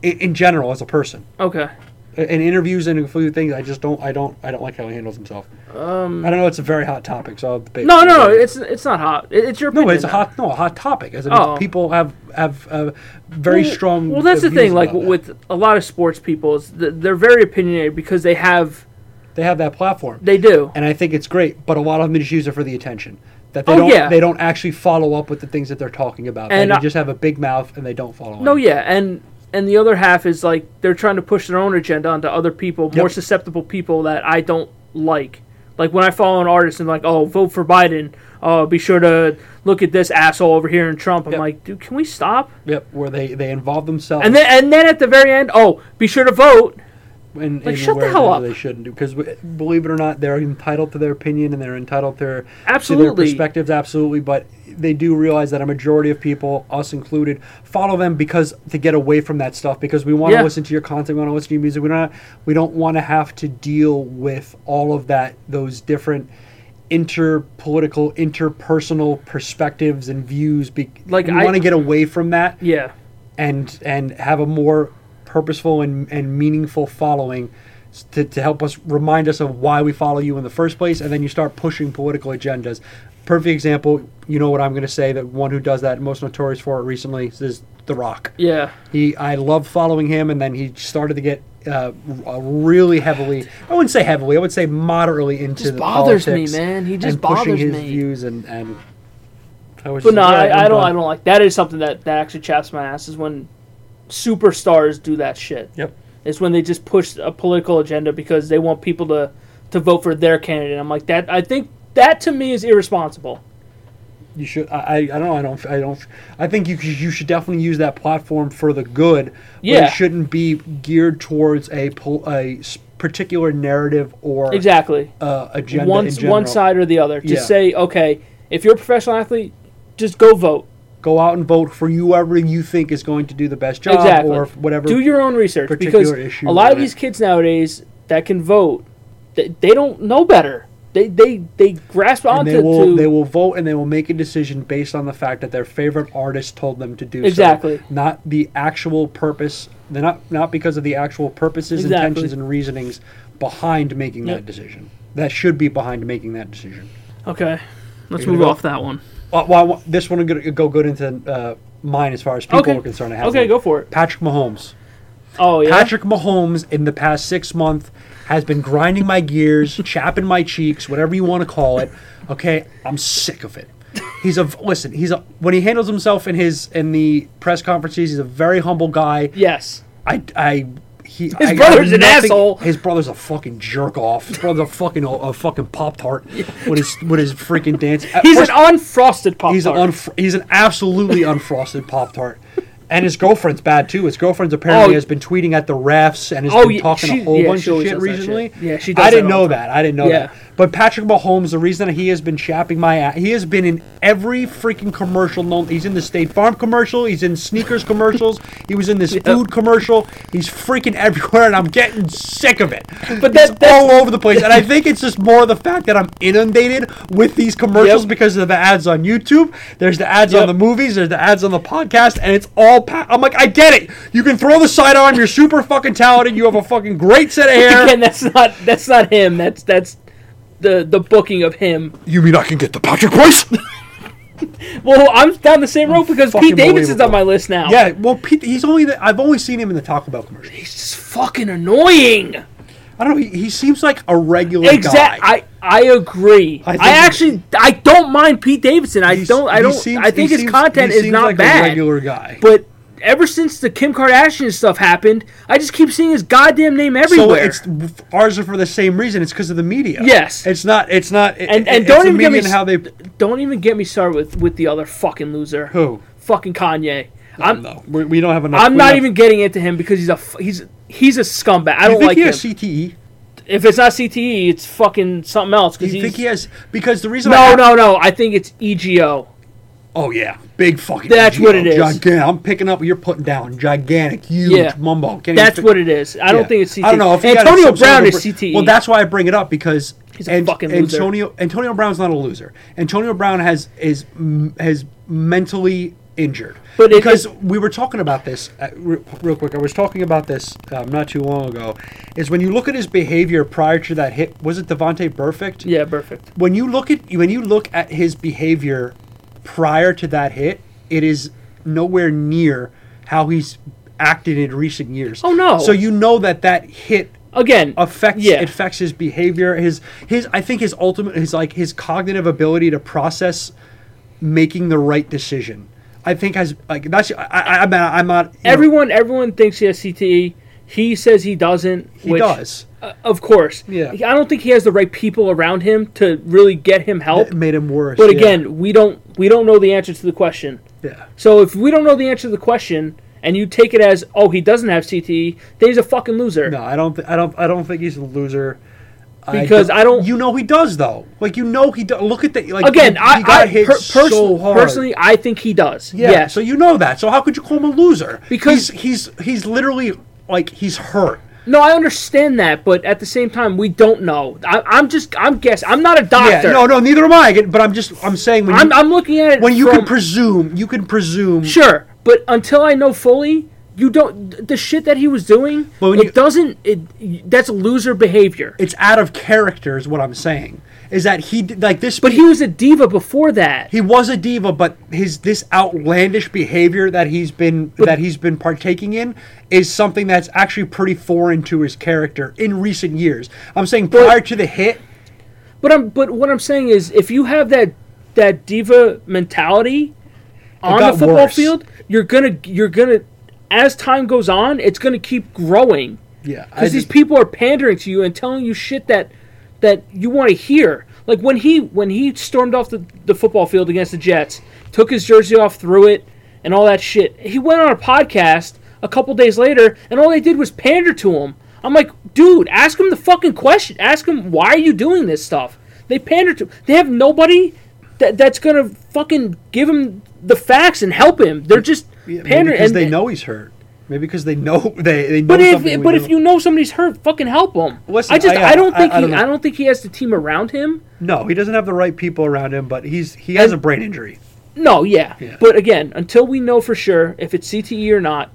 in, in general as a person. Okay. In in interviews and a few things, I just don't. I don't. I don't like how he handles himself. Um, I don't know. It's a very hot topic, so I'll debate. No, no, no. It's it's not hot. It- it's your No, opinion. it's a though. hot no a hot topic. As I Oh. mean, people have have uh, very Well- strong. Well, that's the views thing. Like about that. with a lot of sports people, is th- they're very opinionated because they have they have that platform. they do. and I think it's great. But a lot of them just use it for the attention that they Oh, don't yeah. they don't actually follow up with the things that they're talking about. And And I- they just have a big mouth and they don't follow. No, up. yeah, and and the other half is like they're trying to push their own agenda onto other people, more Yep. susceptible people that I don't like. Like when I follow an artist and like, oh, vote for Biden. Oh, be sure to look at this asshole over here in Trump. I'm Yep. like, dude, can we stop? Yep, where they they involve themselves And then and then at the very end, oh, be sure to vote. in, in like, shut the where hell up. they shouldn't do because believe it or not, they're entitled to their opinion and they're entitled to their to Absolutely. their perspectives absolutely. But they do realize that a majority of people, us included, follow them because to get away from that stuff because we want to Yeah. listen to your content, we want to listen to your music. We don't we don't want to have to deal with all of that those different interpolitical, interpersonal perspectives and views. Be- Like, we I- want to get away from that Yeah. and and have a more purposeful and, and meaningful following s- to, to help us remind us of why we follow you in the first place and then you start pushing political agendas perfect example you know what i'm going to say that one who does that most notorious for it recently is the rock Yeah. he i love following him and then he started to get uh, r- really heavily i wouldn't say heavily i would say moderately into Just the bothers me, politics man. He just and pushing bothers his me. views and and I was just But no, like, "Yeah, I, I I'm don't. done." I don't like that. Is something that that actually chaps my ass is when superstars do that shit. yep It's when they just push a political agenda because they want people to to vote for their candidate. I'm like that. I think that to me is irresponsible. You should. I. I I don't. know, I don't. I don't. I think you. You should definitely use that platform for the good. But Yeah. it shouldn't be geared towards a pol- a s- particular narrative or Exactly. uh, agenda. One in general. one side or the other. Just Yeah. say okay. If you're a professional athlete, just go vote. Go out and vote for whoever you think is going to do the best job exactly. or whatever. Do your own research because particular issue a lot of on it. these kids nowadays that can vote, they, they don't know better. They they they grasp and onto they will to, they will vote and they will make a decision based on the fact that their favorite artist told them to do so. Exactly. not the actual purpose. They're not not because of the actual purposes, Exactly. intentions, and reasonings behind making Yep. that decision. That should be behind making that decision. Okay, let's You're gonna move go? off that one. Well, well, I want- this one will go- go good into uh, mine as far as people Okay. are concerned. I have Okay, one. go for it. Patrick Mahomes. Oh yeah. Patrick Mahomes in the past six months has been grinding my gears, chapping my cheeks, whatever you want to call it. Okay, I'm sick of it. He's a listen. He's a when he handles himself in his in the press conferences. He's a very humble guy. yes. I, I he, his brother's an asshole. His brother's a fucking jerk off. His brother's a fucking a fucking pop tart with his with his freaking dance. He's First- an unfrosted pop. He's an unf- he's an absolutely unfrosted pop tart, and his girlfriend's bad too. His girlfriend's apparently Oh. has been tweeting at the refs and has Oh, been yeah, talking she- a whole yeah, bunch she of always shit does that recently. shit. Yeah, she does I didn't that all know the that. I didn't know Yeah. that. But Patrick Mahomes, the reason that he has been chapping my ass, he has been in every freaking commercial known. He's in the State Farm commercial. He's in sneakers commercials. He was in this food commercial. He's freaking everywhere, and I'm getting sick of it. But He's that- that's- all over the place, and I think it's just more the fact that I'm inundated with these commercials Yep. because of the ads on YouTube. There's the ads Yep. on the movies. There's the ads on the podcast, and it's all. Pa- I'm like, I get it. You can throw the sidearm. You're super fucking talented. You have a fucking great set of hair. Again, that's not that's not him. That's that's the the booking of him. You mean I can get the Patrick Price? Well, I'm down the same road because Fucking Pete Davidson's believable. on my list now. yeah, well, Pete, he's only. The, I've only seen him in the Taco Bell commercial. he's just fucking annoying. I don't know. He, he seems like a regular guy. Exact. I I agree. I I, think- actually I don't mind Pete Davidson. I He's- don't. I he don't. seems- I he think his seems- content he is seems not like bad. A regular guy. But ever since the Kim Kardashian stuff happened, I just keep seeing his goddamn name everywhere. So it's ours are for the same reason. It's because of the media. Yes. It's not. It's not. It, And- and it's don't the even get media me and how they. don't even get me started with with the other fucking loser. Who? Fucking Kanye. I'm No, we, we don't have enough. I'm we not have- even getting into him because he's a f- he's he's a scumbag. I You don't think like he him. has CTE? if it's not CTE, it's fucking something else. Because You he's think he has? Because the reason. I no, have- no, no. I think it's EGO. Oh yeah, big fucking. That's what it is. Gigantic. I'm picking up. what You're putting down gigantic, huge Yeah. mumbo. Can't That's even fi- what it is. I don't Yeah. think it's CTE. I don't know. If you got Antonio some sort Brown of is E. br- CTE. Well, that's why I bring it up because He's a fucking loser. Antonio Antonio Brown's not a loser. Antonio Brown has is m- has mentally injured. But it- because we were talking about this uh, re- real quick. I was talking about this um, not too long ago. Is when you look at his behavior prior to that hit. Was it Devontae Perfect? yeah, perfect. when you look at when you look at his behavior prior to that hit, it is nowhere near how he's acted in recent years. Oh, no. So you know that that hit Again, affects Yeah. it affects his behavior, his his I think his ultimate his like his cognitive ability to process making the right decision. I think has like that's I, I I'm not, I'm not you know, everyone everyone thinks he has CTE. He says he doesn't. he which, does. uh, of course. Yeah. I don't think he has the right people around him to really get him help. It made him worse. But yeah, again, we don't we don't know the answer to the question. yeah. So if we don't know the answer to the question and you take it as oh he doesn't have CTE, then he's a fucking loser. No, I don't. Th- I don't. I don't think he's a loser. I Because I don't- You know he does though. Like you know he does. Look at the like. Again, he, I, he got I hit per- perso- so hard. personally I think he does. yeah. yes. So you know that. So how could you call him a loser? Because- he's he's, he's literally like he's hurt. no, I understand that, but at the same time we don't know. I, I'm just I'm guessing. I'm not a Yeah. doctor. No, no. Neither am I. Again, But I'm just I'm saying when I'm, you, I'm looking at it when you from, can presume you can presume. Sure, but until I know fully, you don't the shit that he was doing. But when it you- doesn't. It that's loser behavior. It's out of character is what I'm saying. Is that he did- like this? But he was a diva before that. he was a diva, but his this outlandish behavior that he's been that he's been partaking in is something that's actually pretty foreign to his character in recent years. I'm saying prior to the hit, But I'm. But what I'm saying is, if you have that that diva mentality on the got football worse. field, you're gonna you're gonna as time goes on, it's gonna keep growing. yeah, I because these just, people are pandering to you and telling you shit that that you want to hear. Like when he when he stormed off the, the football field against the Jets, took his jersey off, threw it, and all that shit. He went on a podcast a couple days later, and all they did was pander to him. I'm like, dude, ask him the fucking question. Ask him why are you doing this stuff. They pander to. They have nobody that that's gonna fucking give him the facts and help him. They're just yeah, maybe pandering. because and- they know he's hurt. Maybe because they know they they know but if something. we but don't. if you know somebody's hurt, fucking help them. Listen, I just I- I, don't I- think I don't he, know. I don't think he has the team around him. no, he doesn't have the right people around him, but he's he has And- a brain injury. No, yeah. Yeah. But again, until we know for sure if it's CTE or not,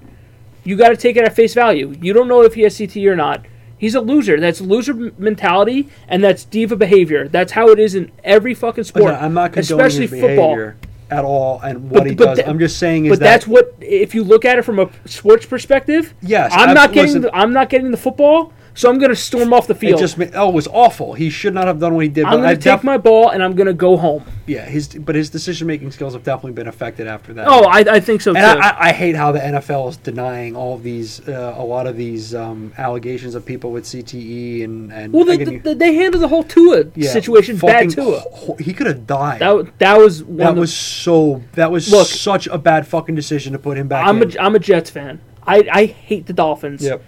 you got to take it at face value. You don't know if he has CTE or not. He's a loser. That's loser m- mentality, and that's diva behavior. That's how it is in every fucking sport, Listen, I'm not condoning especially his football. behavior at all and what he but does. that- I'm just saying is But that that's what if you look at it from a sports perspective. Yes, I'm I've- not getting listen- the, I'm not getting the football, so I'm going to storm off the it field. just ma- oh it was awful. He should not have done what he did. I'm but I going to def- take my ball and I'm going to go home. yeah his but his decision making skills have definitely been affected after that. Oh, I, I think so too. And I, I, I hate how the NFL is denying all of these, uh, a lot of these um, allegations of people with CTE and and well, they, again, they, they handled the whole Tua yeah, situation bad fucking Tua. ho- he could have died. That w- that was one. That of- was so. That was Look- such a bad fucking decision to put him back. I'm in. a I'm a Jets fan. I, I hate the Dolphins. Yep.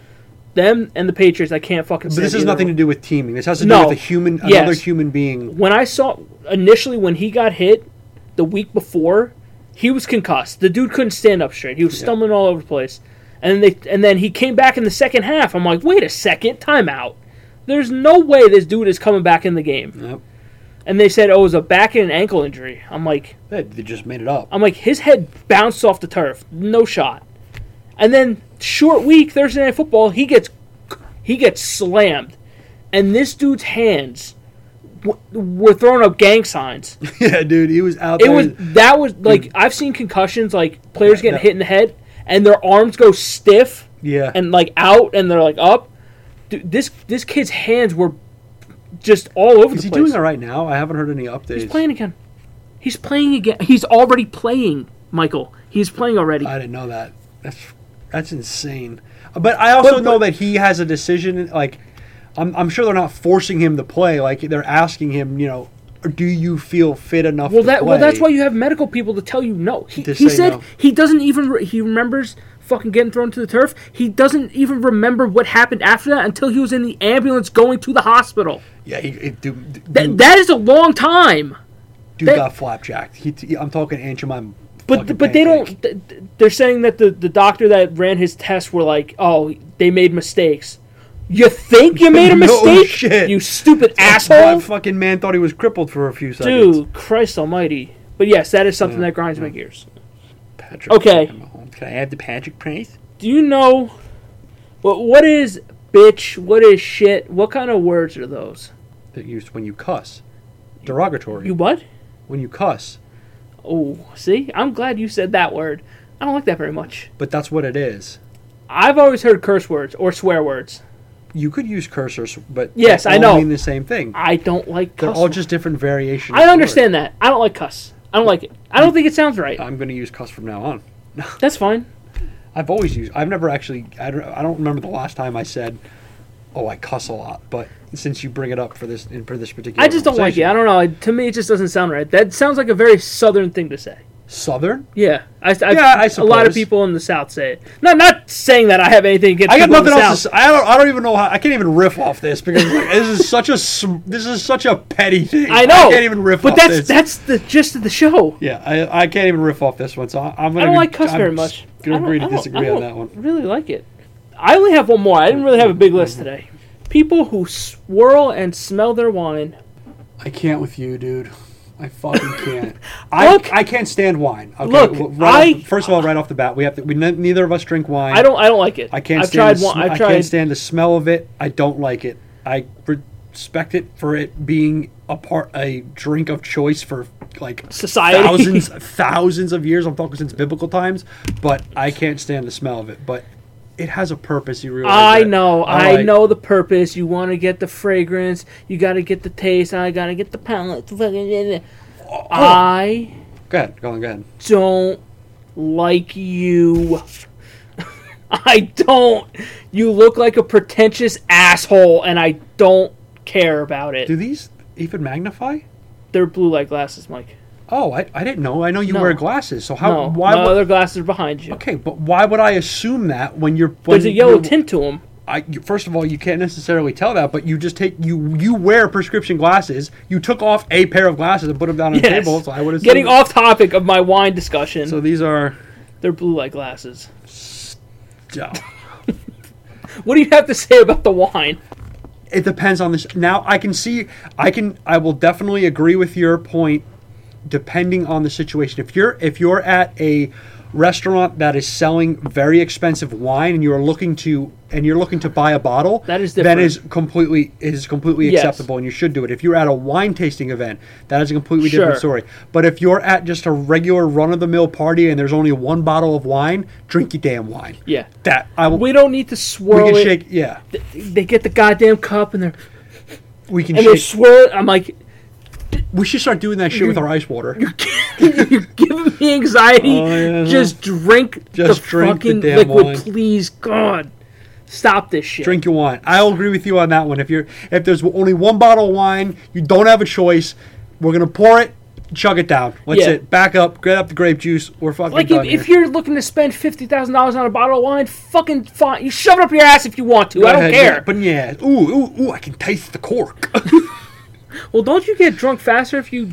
Them and the Patriots. I can't fucking. But this has nothing to do with teaming. This has to No. do with a human, Yes. another human being. When I saw initially when he got hit, the week before, he was concussed. The dude couldn't stand up straight. He was stumbling all over the place, and they and then he came back in the second half. I'm like, wait a second, timeout. There's no way this dude is coming back in the game. Yep. And they said, oh, it was a back and an ankle injury. I'm like, They they just made it up. I'm like, his head bounced off the turf, no shot. And then short week Thursday night football, he gets he gets slammed, and this dude's hands w- were throwing up gang signs. yeah, dude, he was out It there. was that was like I've seen concussions, like players getting no. hit in the head, and their arms go stiff yeah, and like out, and they're like up. Dude, this this kid's hands were just all over is the he place. doing it right now? I haven't heard any updates. He's playing again. He's playing again. He's already playing, Michael. He's playing already. I didn't know that. That's that's insane. But I also But- know that he has a decision. Like, I'm, I'm sure they're not forcing him to play. Like they're asking him, you know, do you feel fit enough? Well, to that play? well, that's why you have medical people to tell you no. He, To he say said no. he doesn't even re- he remembers fucking getting thrown to the turf. He doesn't even remember what happened after that until he was in the ambulance going to the hospital. yeah, he, it, dude, That that is a long time. Dude They- got flapjacked. He, t- I'm talking inch of my. fucking But but they pancake. don't. th- th- They're saying that the the doctor that ran his tests were like, oh, they made mistakes. You think you made a No mistake? shit. You stupid That asshole, fucking man thought he was crippled for a few seconds. dude! Christ Almighty! But yes, that is something Yeah, that grinds my gears. Patrick Okay. fucking Mahomes. Can I add the Patrick Price? Do you know? What what is bitch? What is shit? What kind of words are those? That used when you cuss, derogatory. You what? when you cuss, Oh, see, I'm glad you said that word. I don't like that very much. but that's what it is. I've always heard curse words or swear words. You could use cursors, but they Yes, I all know. mean the same thing. I don't like. They're cuss all words. just different variations. of I the word. understand that. I don't like cuss. I don't like it. I don't think it sounds right. I'm going to use cuss from now on. That's fine. I've always used. I've never actually. I don't, I don't remember the last time I said, "Oh, I cuss a lot." But since you bring it up for this in for this particular, I just don't like it. I don't know. It- To me, it just doesn't sound right. That sounds like a very southern thing to say. Southern. Yeah, I, I, Yeah, I A lot suppose. of people in the South say it. Not not saying that I have anything against. I got people in nothing the else. To, South. s- I don't. I don't even know how. I can't even riff off this because like, this is such a. sm- This is such a petty thing. I know. I can't even riff. But off that's this. that's the gist of the show. Yeah, I, I can't even riff off this one. So I- I'm gonna. I don't be- like cuss I'm very s- much. I Gonna don't- agree I to don't- disagree I on don't that one. Really like it. I only have one more. I didn't really have a big list today. People who swirl and smell their wine. I can't with you, dude. I fucking can't. I, Look- I can't stand wine. Okay, Look, well, right I- off- first of all, right off the bat, we have to. We ne- neither of us drink wine. I don't. I don't like it. I can't I've stand. tried the one. sm- I've I tried. can't stand the smell of it. I don't like it. I respect it for it being a part a drink of choice for like Society. thousands thousands of years. I'm talking since biblical times, but I can't stand the smell of it. But it has a purpose. You realize? I that. know, All I right. know the purpose. You want to get the fragrance, you got to get the taste, I got to get the palate. fucking- Oh. I Go ahead, go on, go ahead. don't like you. I don't. You look like a pretentious asshole, and I don't care about it. Do these even magnify? They're blue light glasses, Mike. Oh, I, I didn't know. I know you No. wear glasses. So how? No, Uh, why? no, would, their glasses are behind you. okay, but why would I assume that when you're when There's a yellow you're- tint to them. I, you- first of all, you can't necessarily tell that, but you just take you you wear prescription glasses. You took off a pair of glasses and put them down on the Yes. table, so I would assume. Getting off topic of my wine discussion, So these are. they're blue light glasses. yeah. What do you have to say about the wine? It depends on this. Now I can see. I can. I will definitely agree with your point. Depending on the situation, if you're if you're at a restaurant that is selling very expensive wine and you are looking to and you're looking to buy a bottle, That is That different. is completely is completely Yes. acceptable, and you should do it. If you're at a wine tasting event, that is a completely different Sure. story. But if you're at just a regular run of the mill party and there's only one bottle of wine, drink your damn wine. Yeah. That I will. We, We don't need to swirl can it. shake. Yeah, They get the goddamn cup and they're we can and they shake. swirl it. I'm like, We should start doing that shit with our ice water. you're giving me anxiety. Oh, yeah. Just drink Just the drink the fucking damn liquid, wine. please, God. Stop this shit. Drink your wine. I'll agree with you on that one. If you're if there's only one bottle of wine, you don't have a choice. We're gonna pour it, chug it down. That's Yeah. it. Back up, get up the grape juice. We're fucking like if, done if here. you're looking to spend fifty thousand dollars on a bottle of wine, fucking fine. You shove it up your ass if you want to. I Go don't ahead, care. yeah, but yeah, ooh, ooh, ooh, I can taste the cork. well, don't you get drunk faster if you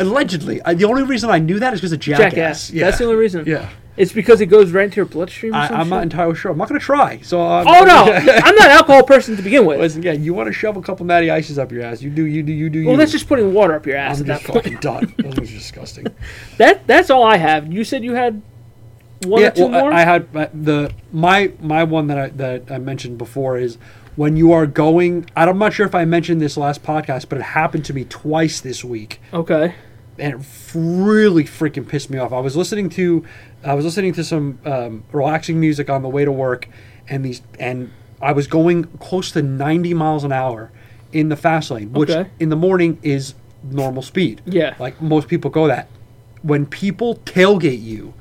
Allegedly, I, the only reason I knew that is because of jackass. jackass? That's the only reason. Yeah, It's because it goes right into your bloodstream. Or I, some I'm not shit? entirely sure. I'm not gonna try. So, uh, Oh no, I'm not an alcohol person to begin with. Listen, yeah, you want to shove a couple natty ices up your ass? You do, you do, you do. Well, you. that's just putting water up your ass I'm at just that point. fucking done. That was disgusting. That that's all I have. You said you had one or two well, I- more. I had uh, the my my one that I that I mentioned before is when you are going. I'm not sure if I mentioned this last podcast, but it happened to me twice this week, okay. and it f- really freaking pissed me off. I was listening to I was listening to some um, relaxing music on the way to work, and these and I was going close to 90 miles an hour in the fast lane, which Okay. in the morning is normal speed. Yeah. like most people go that. When people tailgate you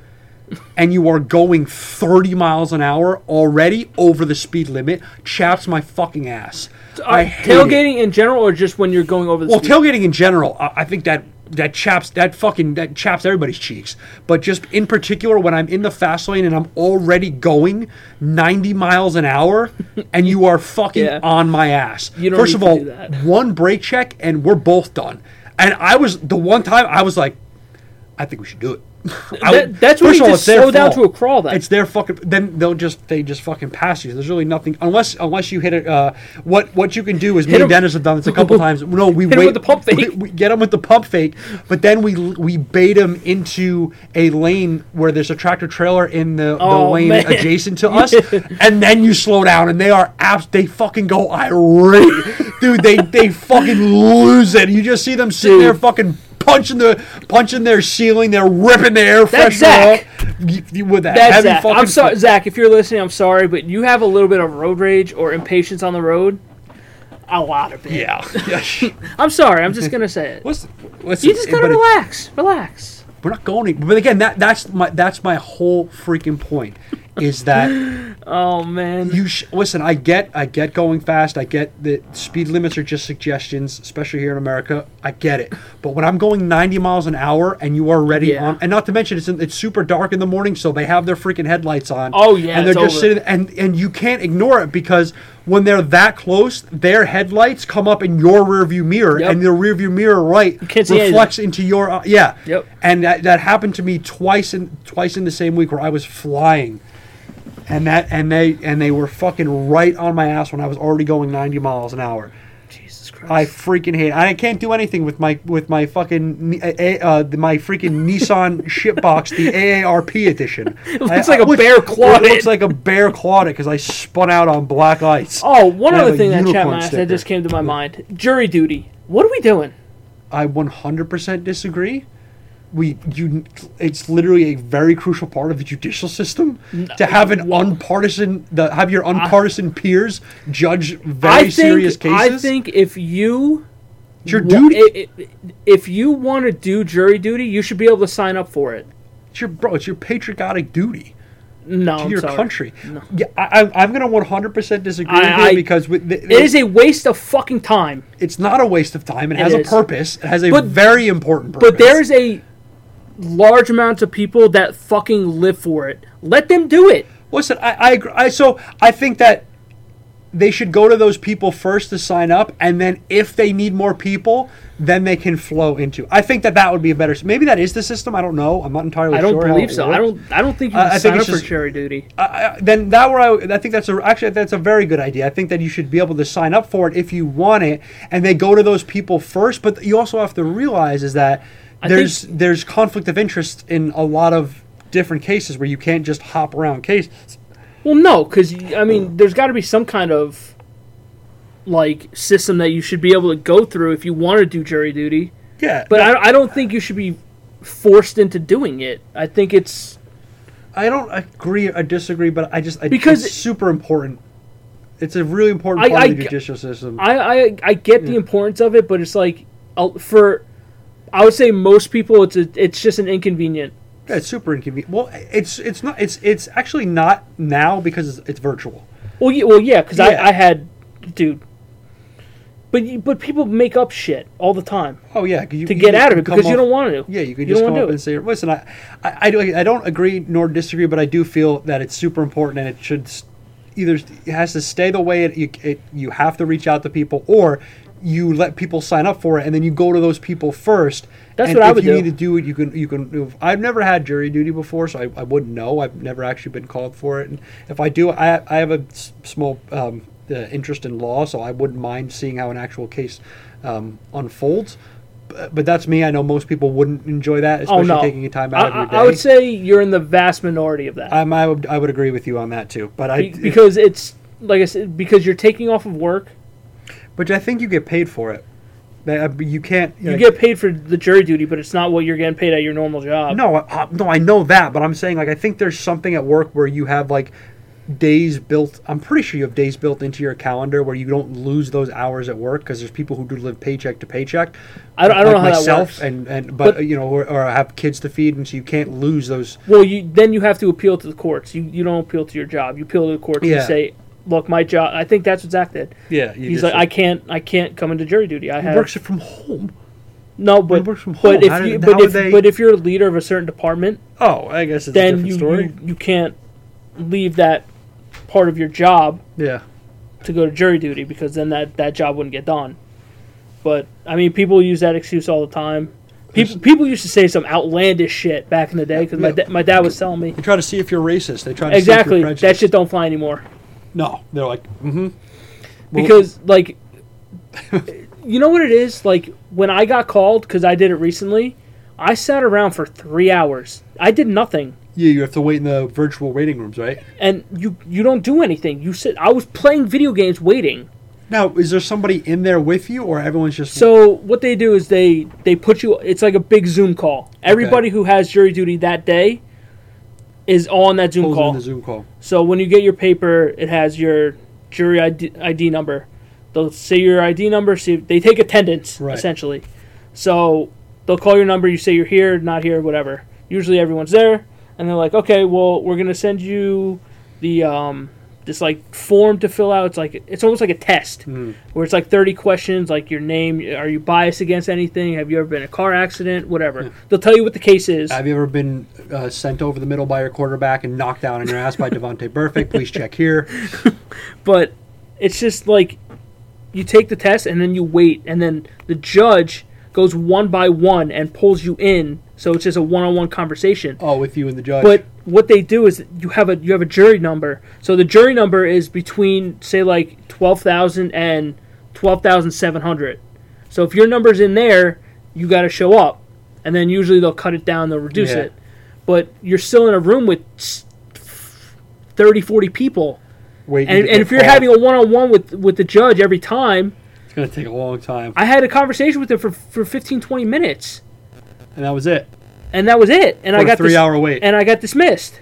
and you are going 30 miles an hour already over the speed limit chaps my fucking ass. I Uh, hate it. tailgating in general, or just when you're going over the Well, speed? tailgating in general, I, I think that that chaps that fucking that chaps everybody's cheeks. But just in particular, when I'm in the fast lane and I'm already going 90 miles an hour, and you are fucking Yeah. on my ass. You don't First need of to all, do that. one brake check and we're both done. And I was the one time I was like, I think we should do it. I That- would- that's when first you of all, just it's their slow down fault. to a crawl then. It's their fucking. Then they'll just they just fucking pass you. There's really nothing unless unless you hit it. Uh, what what you can do is me and him. Dennis have done this a couple times. No, we Hit him wait with the pump fake. We, we get him with the pump fake, but then we we bait him into a lane where there's a tractor trailer in the, the Oh, lane man. adjacent to us, and then you slow down, and they are abs. They fucking go irate, dude. They they fucking lose it. You just see them sitting Dude. there fucking. Punching the punching their ceiling, they're ripping the air freshener Zach. up. You, you- with that, That's heavy Zach. fucking- I'm sorry, Zach. If you're listening, I'm sorry, but you have a little bit of road rage or impatience on the road. A lot of it. Yeah. I'm sorry. I'm just gonna say it. What's, what's you just gotta relax. Relax. We're not going. any- But again, that that's my that's my whole freaking point. Is that Oh man. you sh- listen? I get I get going fast. I get that speed limits are just suggestions, especially here in America. I get it. But when I'm going 90 miles an hour and you are already Yeah. on, and not to mention it's in, it's super dark in the morning, so they have their freaking headlights on. Oh, yeah, and they're it's just over. sitting and and you can't ignore it because when they're that close, their headlights come up in your rearview mirror, Yep. and the rearview mirror light can't see anything. reflects into your eye. yeah. Yep. And that, that happened to me twice in twice in the same week where I was flying, and that and they and they were fucking right on my ass when I was already going 90 miles an hour. Jesus I Christ. freaking hate. I can't do anything with my with my fucking ni- uh, uh, the- my freaking Nissan shitbox, the AARP edition. It looks like a bear clawed It it. looks like a bear clawed it because I spun out on black ice. oh, one I have other a thing that unicorn Chapman asked that sticker. just came to my mind. Jury duty. What are we doing? I 100% disagree. We you it's literally a very crucial part of the judicial system to have an unpartisan the have your unpartisan peers judge I very think, serious cases. I think if you it's your wa- duty. i- i- if you want to do jury duty, you should be able to sign up for it. it's your bro. It's your patriotic duty. No, to I'm your sorry. country. Yeah, I, I- I'm going to 100% disagree I- with you I- because with the, It is a waste of fucking time. it's not a waste of time. It, has is. a purpose. It has a But- very important purpose. But there's a large amount of people that fucking live for it. Let them do it. Listen, I, I, agree- I so I think that they should go to those people first to sign up, and then if they need more people, then they can flow into. I think that that would be a better. Maybe that is the system. I don't know. I'm not entirely. I don't sure how believe it so. works. I don't. I don't think you I- can I think sign it's up for just- jury duty. I- I- then that where I, I think that's a actually that's a very good idea. I think that you should be able to sign up for it if you want it, and they go to those people first. But you also have to realize is that there's there's conflict of interest in a lot of different cases where you can't just hop around cases. Well, no, because I mean, there's got to be some kind of like system that you should be able to go through if you want to do jury duty. Yeah, But I, I don't think you should be forced into doing it. I think it's I don't agree or disagree, but I just I, Because- it's super important. It's a really important I- part I of the g- judicial system. I I, I get the importance of it, but it's like uh, for I would say most people, it's a, it's just an inconvenient. Yeah, it's super inconvenient. Well, it's it's not it's it's actually not now because it's, it's virtual. Well, yeah, well, yeah, because Yeah. I, I had, dude. But you, but people make up shit all the time Oh yeah, 'cause you, to you get just out of it come because you off- don't want to. Yeah, you could You just don't come wanna up do and say, "Listen, I, I, I, don't, I don't agree nor disagree, but I do feel that it's super important and it should s- either it has to stay the way it you, it you have to reach out to people or you let people sign up for it and then you go to those people first. That's and what I if would you do. need to do it, you can you can. do- I've never had jury duty before, so I, I wouldn't know. I've never actually been called for it, and if I do, I I have a s- small um, uh, interest in law, so I wouldn't mind seeing how an actual case um, unfolds. But, but that's me. I know most people wouldn't enjoy that, Oh especially no, taking your time I- out of I, your day. I would say you're in the vast minority of that I'm- I would I would agree with you on that too. But I Be- because it's like I said because you're taking off of work. but I think you get paid for it. That- You can't. You get paid for the jury duty, but it's not what you're getting paid at your normal job. No, I, I- no, I know that, but I'm saying like I think there's something at work where you have like days built. I'm pretty sure you have days built into your calendar where you don't lose those hours at work because there's people who do live paycheck to paycheck. I don't- I don't know how that myself works. and and but, But- you know or, or have kids to feed, and so you can't lose those. Well, you then you have to appeal to the courts. You you don't appeal to your job. You appeal to the courts Yeah. and say, "Look, my job." I think that's what Zach did. Yeah, He's like, "I can't, I can't come into jury duty. I He have works it from home. no, but works from home. but if How did- you, how but would if they- but if you're a leader of a certain department, Oh, I guess it's a then different you, story. you you can't leave that part of your job yeah, to go to jury duty because then that that job wouldn't get done. But I mean, people use that excuse all the time. People, people used to say some outlandish shit back in the day because my, Yeah. da- my dad was telling me they try to see if you're racist. They try to see exactly if you're that prejudiced. shit don't fly anymore. no, they're like, mm-hmm. Well- because like you know what it is like when i got called because i did it recently i sat around for three hours i did nothing yeah, you have to wait in the virtual waiting rooms, right? and you you don't do anything you sit i was playing video games waiting Now, is there somebody in there with you, or everyone's just so what they do is they they put you it's like a big zoom call everybody who has jury duty that day is on that zoom closing call the Zoom call? So when you get your paper, it has your jury ID, ID number. They'll say your ID number. See, they take attendance Right. essentially. So they'll call your number. You say you're here, not here, whatever. Usually everyone's there, and they're like, okay, well, we're gonna send you the um, this like form to fill out. It's like it's almost like a test where it's like 30 questions, like your name, are you biased against anything? Have you ever been in a car accident? Whatever. They'll tell you what the case is. Have you ever been uh, sent over the middle by your quarterback and knocked down in your ass by Devontae Burfict? Please check here. but it's just like you take the test and then you wait and then the judge goes one by one and pulls you in so it's just a one-on-one conversation Oh, with you and the judge. but what they do is you have a you have a jury number so the jury number is between say like 12,000 and 12,700 so if your number's in there you got to show up and then usually they'll cut it down they'll reduce Yeah. it but you're still in a room with s- 30 40 people wait, and, and if you're having a one on one with with the judge every time, it's gonna take a long time, I had a conversation with him for for 15, 20 minutes, and that was it. and that was it. And For I a got three dis- hour wait. and I got dismissed.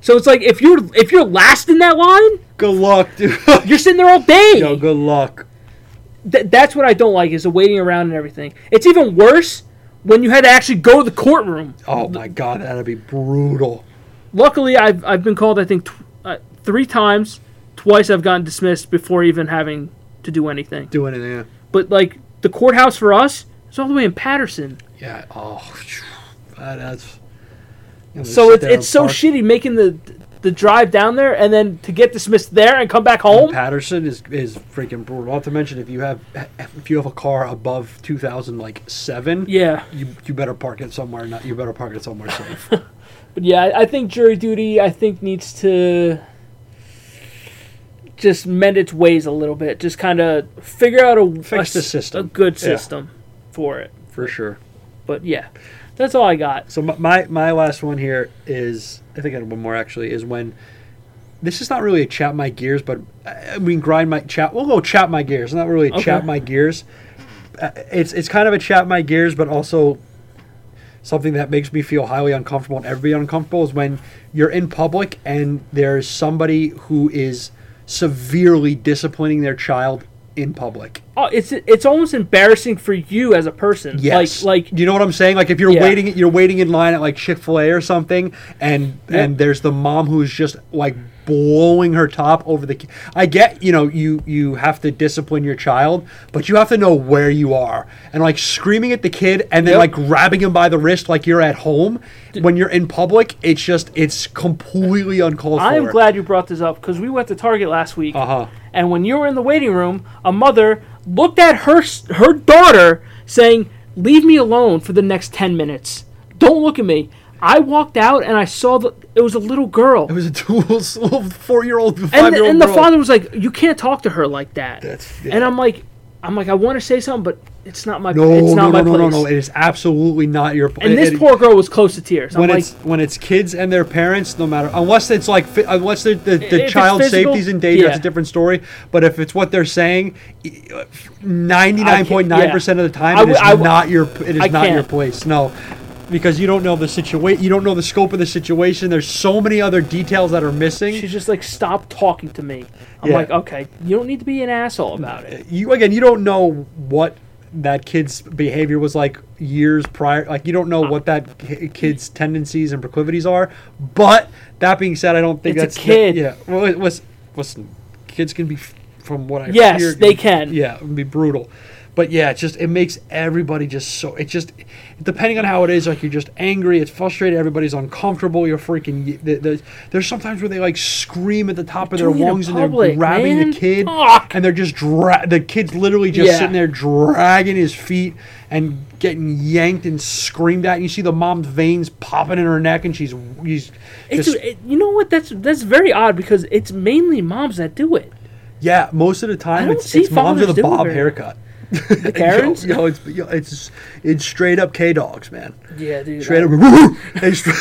So it's like if you're if you're last in that line, good luck, dude. you're sitting there all day. Yo, good luck. Th- that's what I don't like is the waiting around and everything. It's even worse when you had to actually go to the courtroom. Oh my god, that'd be brutal. Luckily, I've I've been called I think tw- uh, three times. Twice I've gotten dismissed before even having to do anything. Doing it, yeah. But like the courthouse for us is all the way in Patterson. Yeah. Oh, phew. Ah, that's. I'm gonna So sit it's there it's so and park- shitty making the the drive down there and then to get dismissed there and come back And home. Patterson is is freaking brutal. Not to mention if you have if you have a car above two thousand like seven, Yeah, you you better park it somewhere. Not you better park it somewhere safe. but yeah, I, I think jury duty I think needs to just mend its ways a little bit. Just kind of figure out a Fix a the s- system. a good Yeah. system for it. For sure. But yeah, that's all I got. So my- my my last one here is I think I had one more actually is when this is not really a chap my gears, but I I mean grind my chap. We'll go chap my gears. Not really a Okay. chap my gears. Uh, It's it's kind of a chap my gears, but also something that makes me feel highly uncomfortable and everybody uncomfortable is when you're in public and there's somebody who is severely disciplining their child in public. Oh, it's it's almost embarrassing for you as a person. Yes. Like like you know what I'm saying? Like if you're Yeah. waiting, you're waiting in line at like Chick Fil A or something, and Yeah. and there's the mom who's just like blowing her top over the. ki- I get you know you you have to discipline your child, but you have to know where you are and like screaming at the kid and then Yep. like grabbing him by the wrist like you're at home. When you're in public, it's just it's completely uncalled for. I am glad you brought this up because we went to Target last week. Uh huh. And when you were in the waiting room, a mother looked at her her daughter saying, "Leave me alone for the next 10 minutes. Don't look at me." I walked out and I saw the it was a little girl. It was a two little four year old, five and year the, old. and the father was like, "You can't talk to her like that." That's- And I'm like I'm like I want to say something but it's not my No, it's no, no, not my no, place. no, no! It is absolutely not your. And this it, poor girl was close to tears. I'm when like it's when it's kids and their parents, no matter unless it's like fi- unless the the, If the it's child physical, safety's in danger, that's yeah. a different story. But if it's what they're saying, ninety nine point nine percent of the time, I it w- is I w- not your it is I not your can't. place. No, because you don't know the situation. You don't know the scope of the situation. There's so many other details that are missing. She's just like, stop talking to me. I'm Yeah. like, okay, you don't need to be an asshole about it. You again, you don't know what that kid's behavior was like years prior. Like you don't know what that ki- kid's tendencies and proclivities are. But that being said, I don't think It's a that's the- kid. yeah. Well, it was listen, kids can be f- from what I Yes, hear, they can. Yeah, it would be brutal. But yeah, it's just it makes everybody just so it just depending on how it is like you're just angry, it's frustrated, everybody's uncomfortable, you're freaking y- the, the, there's sometimes where they like scream at the top of their Doing it in lungs and they're public, grabbing man. Ah. the kid Fuck. and they're just dra- the kid's literally just Yeah. sitting there dragging his feet and getting yanked and screamed at. And you see the mom's veins popping in her neck and she's she's It's just it, you know what? That's that's very odd because it's mainly moms that do it. yeah, most of the time don't it's, see it's moms with fathers a doing bob very- haircut. The Karens. Yo, yo, it's yo, it's it's straight up K dogs, man. Yeah, dude. Straight I- up, they stra-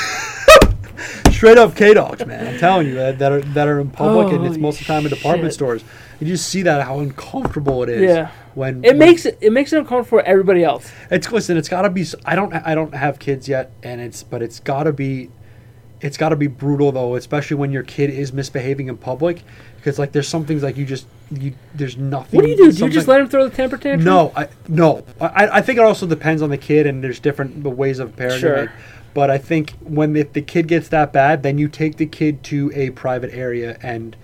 straight up K dogs, man. I'm telling you that that are that are in public and it's Holy most of the time in department shit. stores. You just see that how uncomfortable it is. Yeah. When It when- makes it, it makes it uncomfortable for everybody else. it's listen. It's got to be. s- I don't. I don't have kids yet, and it's. But it's got to be. It's got to be brutal though, especially when your kid is misbehaving in public, because like there's some things like you just you there's nothing. What do you do? Do you something- just let him throw the temper tantrum? no, I no. I, I think it also depends on the kid, and there's different the ways of parenting. Sure. it. But I think when if the kid gets that bad, then you take the kid to a private area and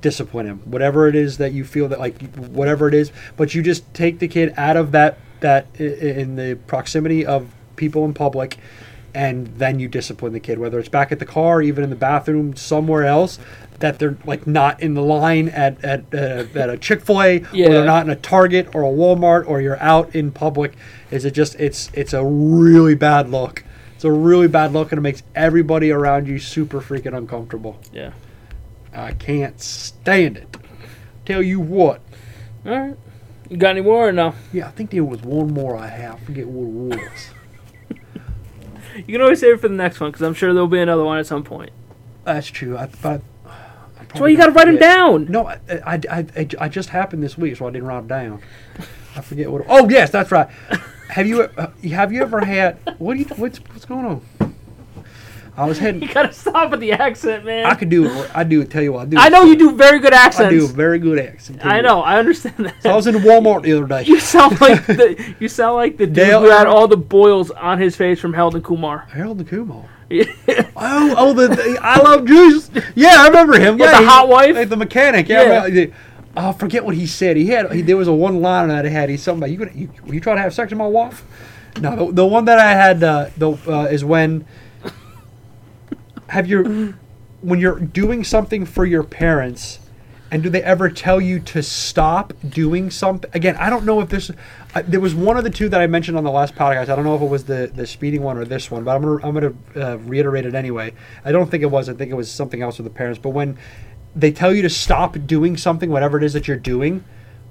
discipline him, whatever it is that you feel that like whatever it is. But you just take the kid out of that that i- i- in the proximity of people in public. And then you discipline the kid, whether it's back at the car, even in the bathroom, somewhere else, that they're like not in the line at at, uh, at a Chick Fil A, or Yeah. they're not in a Target or a Walmart or you're out in public is it just it's it's a really bad look. It's a really bad look and it makes everybody around you super freaking uncomfortable. Yeah. I can't stand it. Tell you what. All right. You got any more or no? Yeah, I think there was one more I had. I forget what it was. You can always save it for the next one because I'm sure there'll be another one at some point. That's true. I but That's why you got to write them down. No, I, I, I, I- I just happened this week, so I didn't write it down. I forget what. It, oh yes, that's right. Have you uh, have you ever had what do you what's what's going on? I was heading. You got to stop with the accent, man. I could do it. I do it. Tell you what, I do. I know you do very good I do a accents. very good accent. tell I you know. what. I understand that. So I was in Walmart the other day. You sound like the you sound like the dude Dale- who had all the boils on his face from Held and Kumar. Harold and Kumar. Oh, oh, the, the I love Jesus. Yeah, I remember him. yeah, the he- hot wife? like the mechanic. Yeah, I Yeah. remember- I forget what he said. He had he, there was a one line that I had. He's something about you. Gonna, you were you trying to have sex with my wife? No, the, the one that I had uh, the, uh, is when have your when you're doing something for your parents and do they ever tell you to stop doing something again i don't know if this uh, there was one of the two that i mentioned on the last podcast i don't know if it was the the speeding one or this one but i'm gonna i'm gonna uh, reiterate it anyway i don't think it was i think it was something else with the parents but when they tell you to stop doing something whatever it is that you're doing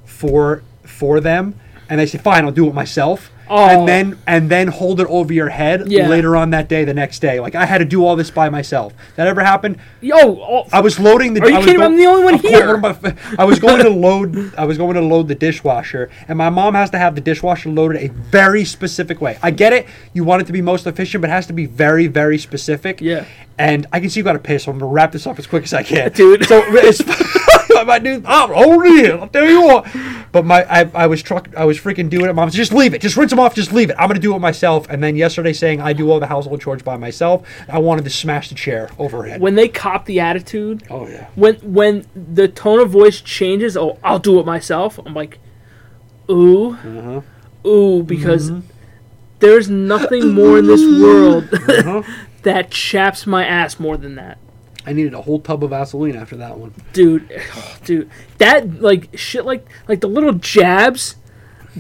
for for them and they say fine i'll do it myself Oh. and then and then hold it over your head Yeah. later on that day the next day like i had to do all this by myself that ever happened Yo, oh, I was loading the. Are you I was kidding me? go- I'm the only one Of course, here. what am I- I was going to load. I was going to load the dishwasher, and my mom has to have the dishwasher loaded a very specific way. I get it. You want it to be most efficient, but it has to be very, very specific. Yeah. And I can see you got to piss, so I'm gonna wrap this up as quick as I can, Dude. So it's my dude. I'm holding it. I'll tell you what. But my, I, I was truck. I was freaking doing it. Mom's just leave it. Just rinse them off. Just leave it. I'm gonna do it myself. And then yesterday saying I do all the household chores by myself. I wanted to smash the chair overhead. when they cop the attitude, oh yeah. when when the tone of voice changes, oh, I'll do it myself. I'm like, ooh, Mm-hmm. ooh, because there's nothing more in this world that chaps my ass more than that, Uh-huh. I needed a whole tub of Vaseline after that one. dude, oh, dude. That like shit, like like the little jabs.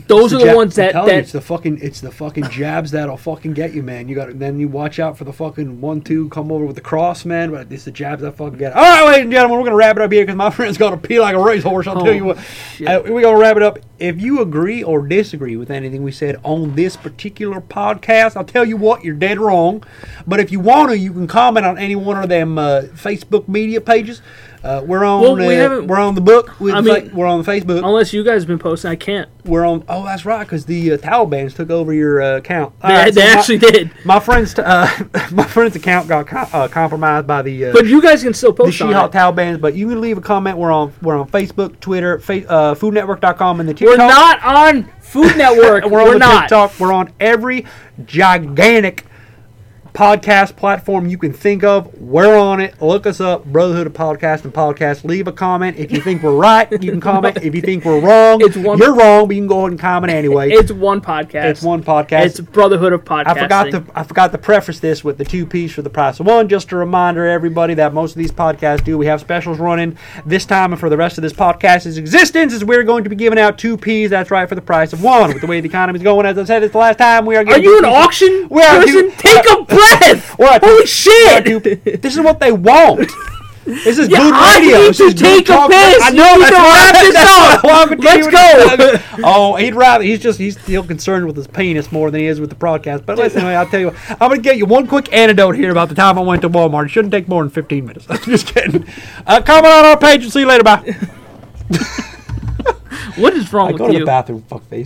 Those are the Jab- ones I'm that telling you, that it's the fucking it's the fucking jabs that'll fucking get you, man. You got to then you watch out for the fucking one two come over with the cross, man. But it's the jabs that fucking get. All right, ladies and gentlemen, we're gonna wrap it up here because my friend's gonna pee like a racehorse. I'll tell you what, Oh, shit. Uh, we're gonna wrap it up. If you agree or disagree with anything we said on this particular podcast, I'll tell you what, you're dead wrong. But if you want to, you can comment on any one of them uh, Facebook media pages. Uh, we're on. Well, we uh, haven't- we're on the book. With I fa- mean- we're on Facebook. Unless you guys have been posting, I can't. We're on. Oh, that's right, because the uh, Taliban's took over your uh, account. All They, right, so they my- actually did. my friend's t- uh, my friend's account got co- uh, compromised by the uh, But you guys can still the post on She-Hulk it. Talibans. But you can leave a comment. We're on we're on Facebook, Twitter, fa- uh, FoodNetwork.com, and the We're TikTok. not on Food Network. And we're on the not. TikTok. We're on every gigantic podcast platform you can think of. We're on it. Look us up, Brotherhood of Podcast and Podcast. Leave a comment if you think we're right. You can comment if you think we're wrong. It's one- You're wrong, but you can go ahead and comment anyway. It's one podcast. It's one podcast. It's Brotherhood of Podcasting. I forgot to I forgot to preface this with the two piece for the price of one. Just a reminder, everybody, that most of these podcasts do. We have specials running this time and for the rest of this podcast's existence. Is we're going to be giving out two P's. That's right for the price of one. With the way the economy's going, as I said, it's the last time we are. Are Giving you an two- auction We're a person? two- Take a breath. We're a two- Holy shit! Dude, This is what they want. This is Yeah, good I radio. need This to is good take a talk. piss. I You know need that's to why- wrap this that's up. why I'm continuing Let's to- oh, he'd rather. He's just he's still concerned with his penis more than he is with the broadcast. But listen, anyway, I'll tell you. What, I'm gonna get you one quick anecdote here about the time I went to Walmart. It shouldn't take more than 15 minutes. I'm just kidding. Uh, comment on our page and see you later. Bye. What is wrong I with go to you? the bathroom. Fuck face.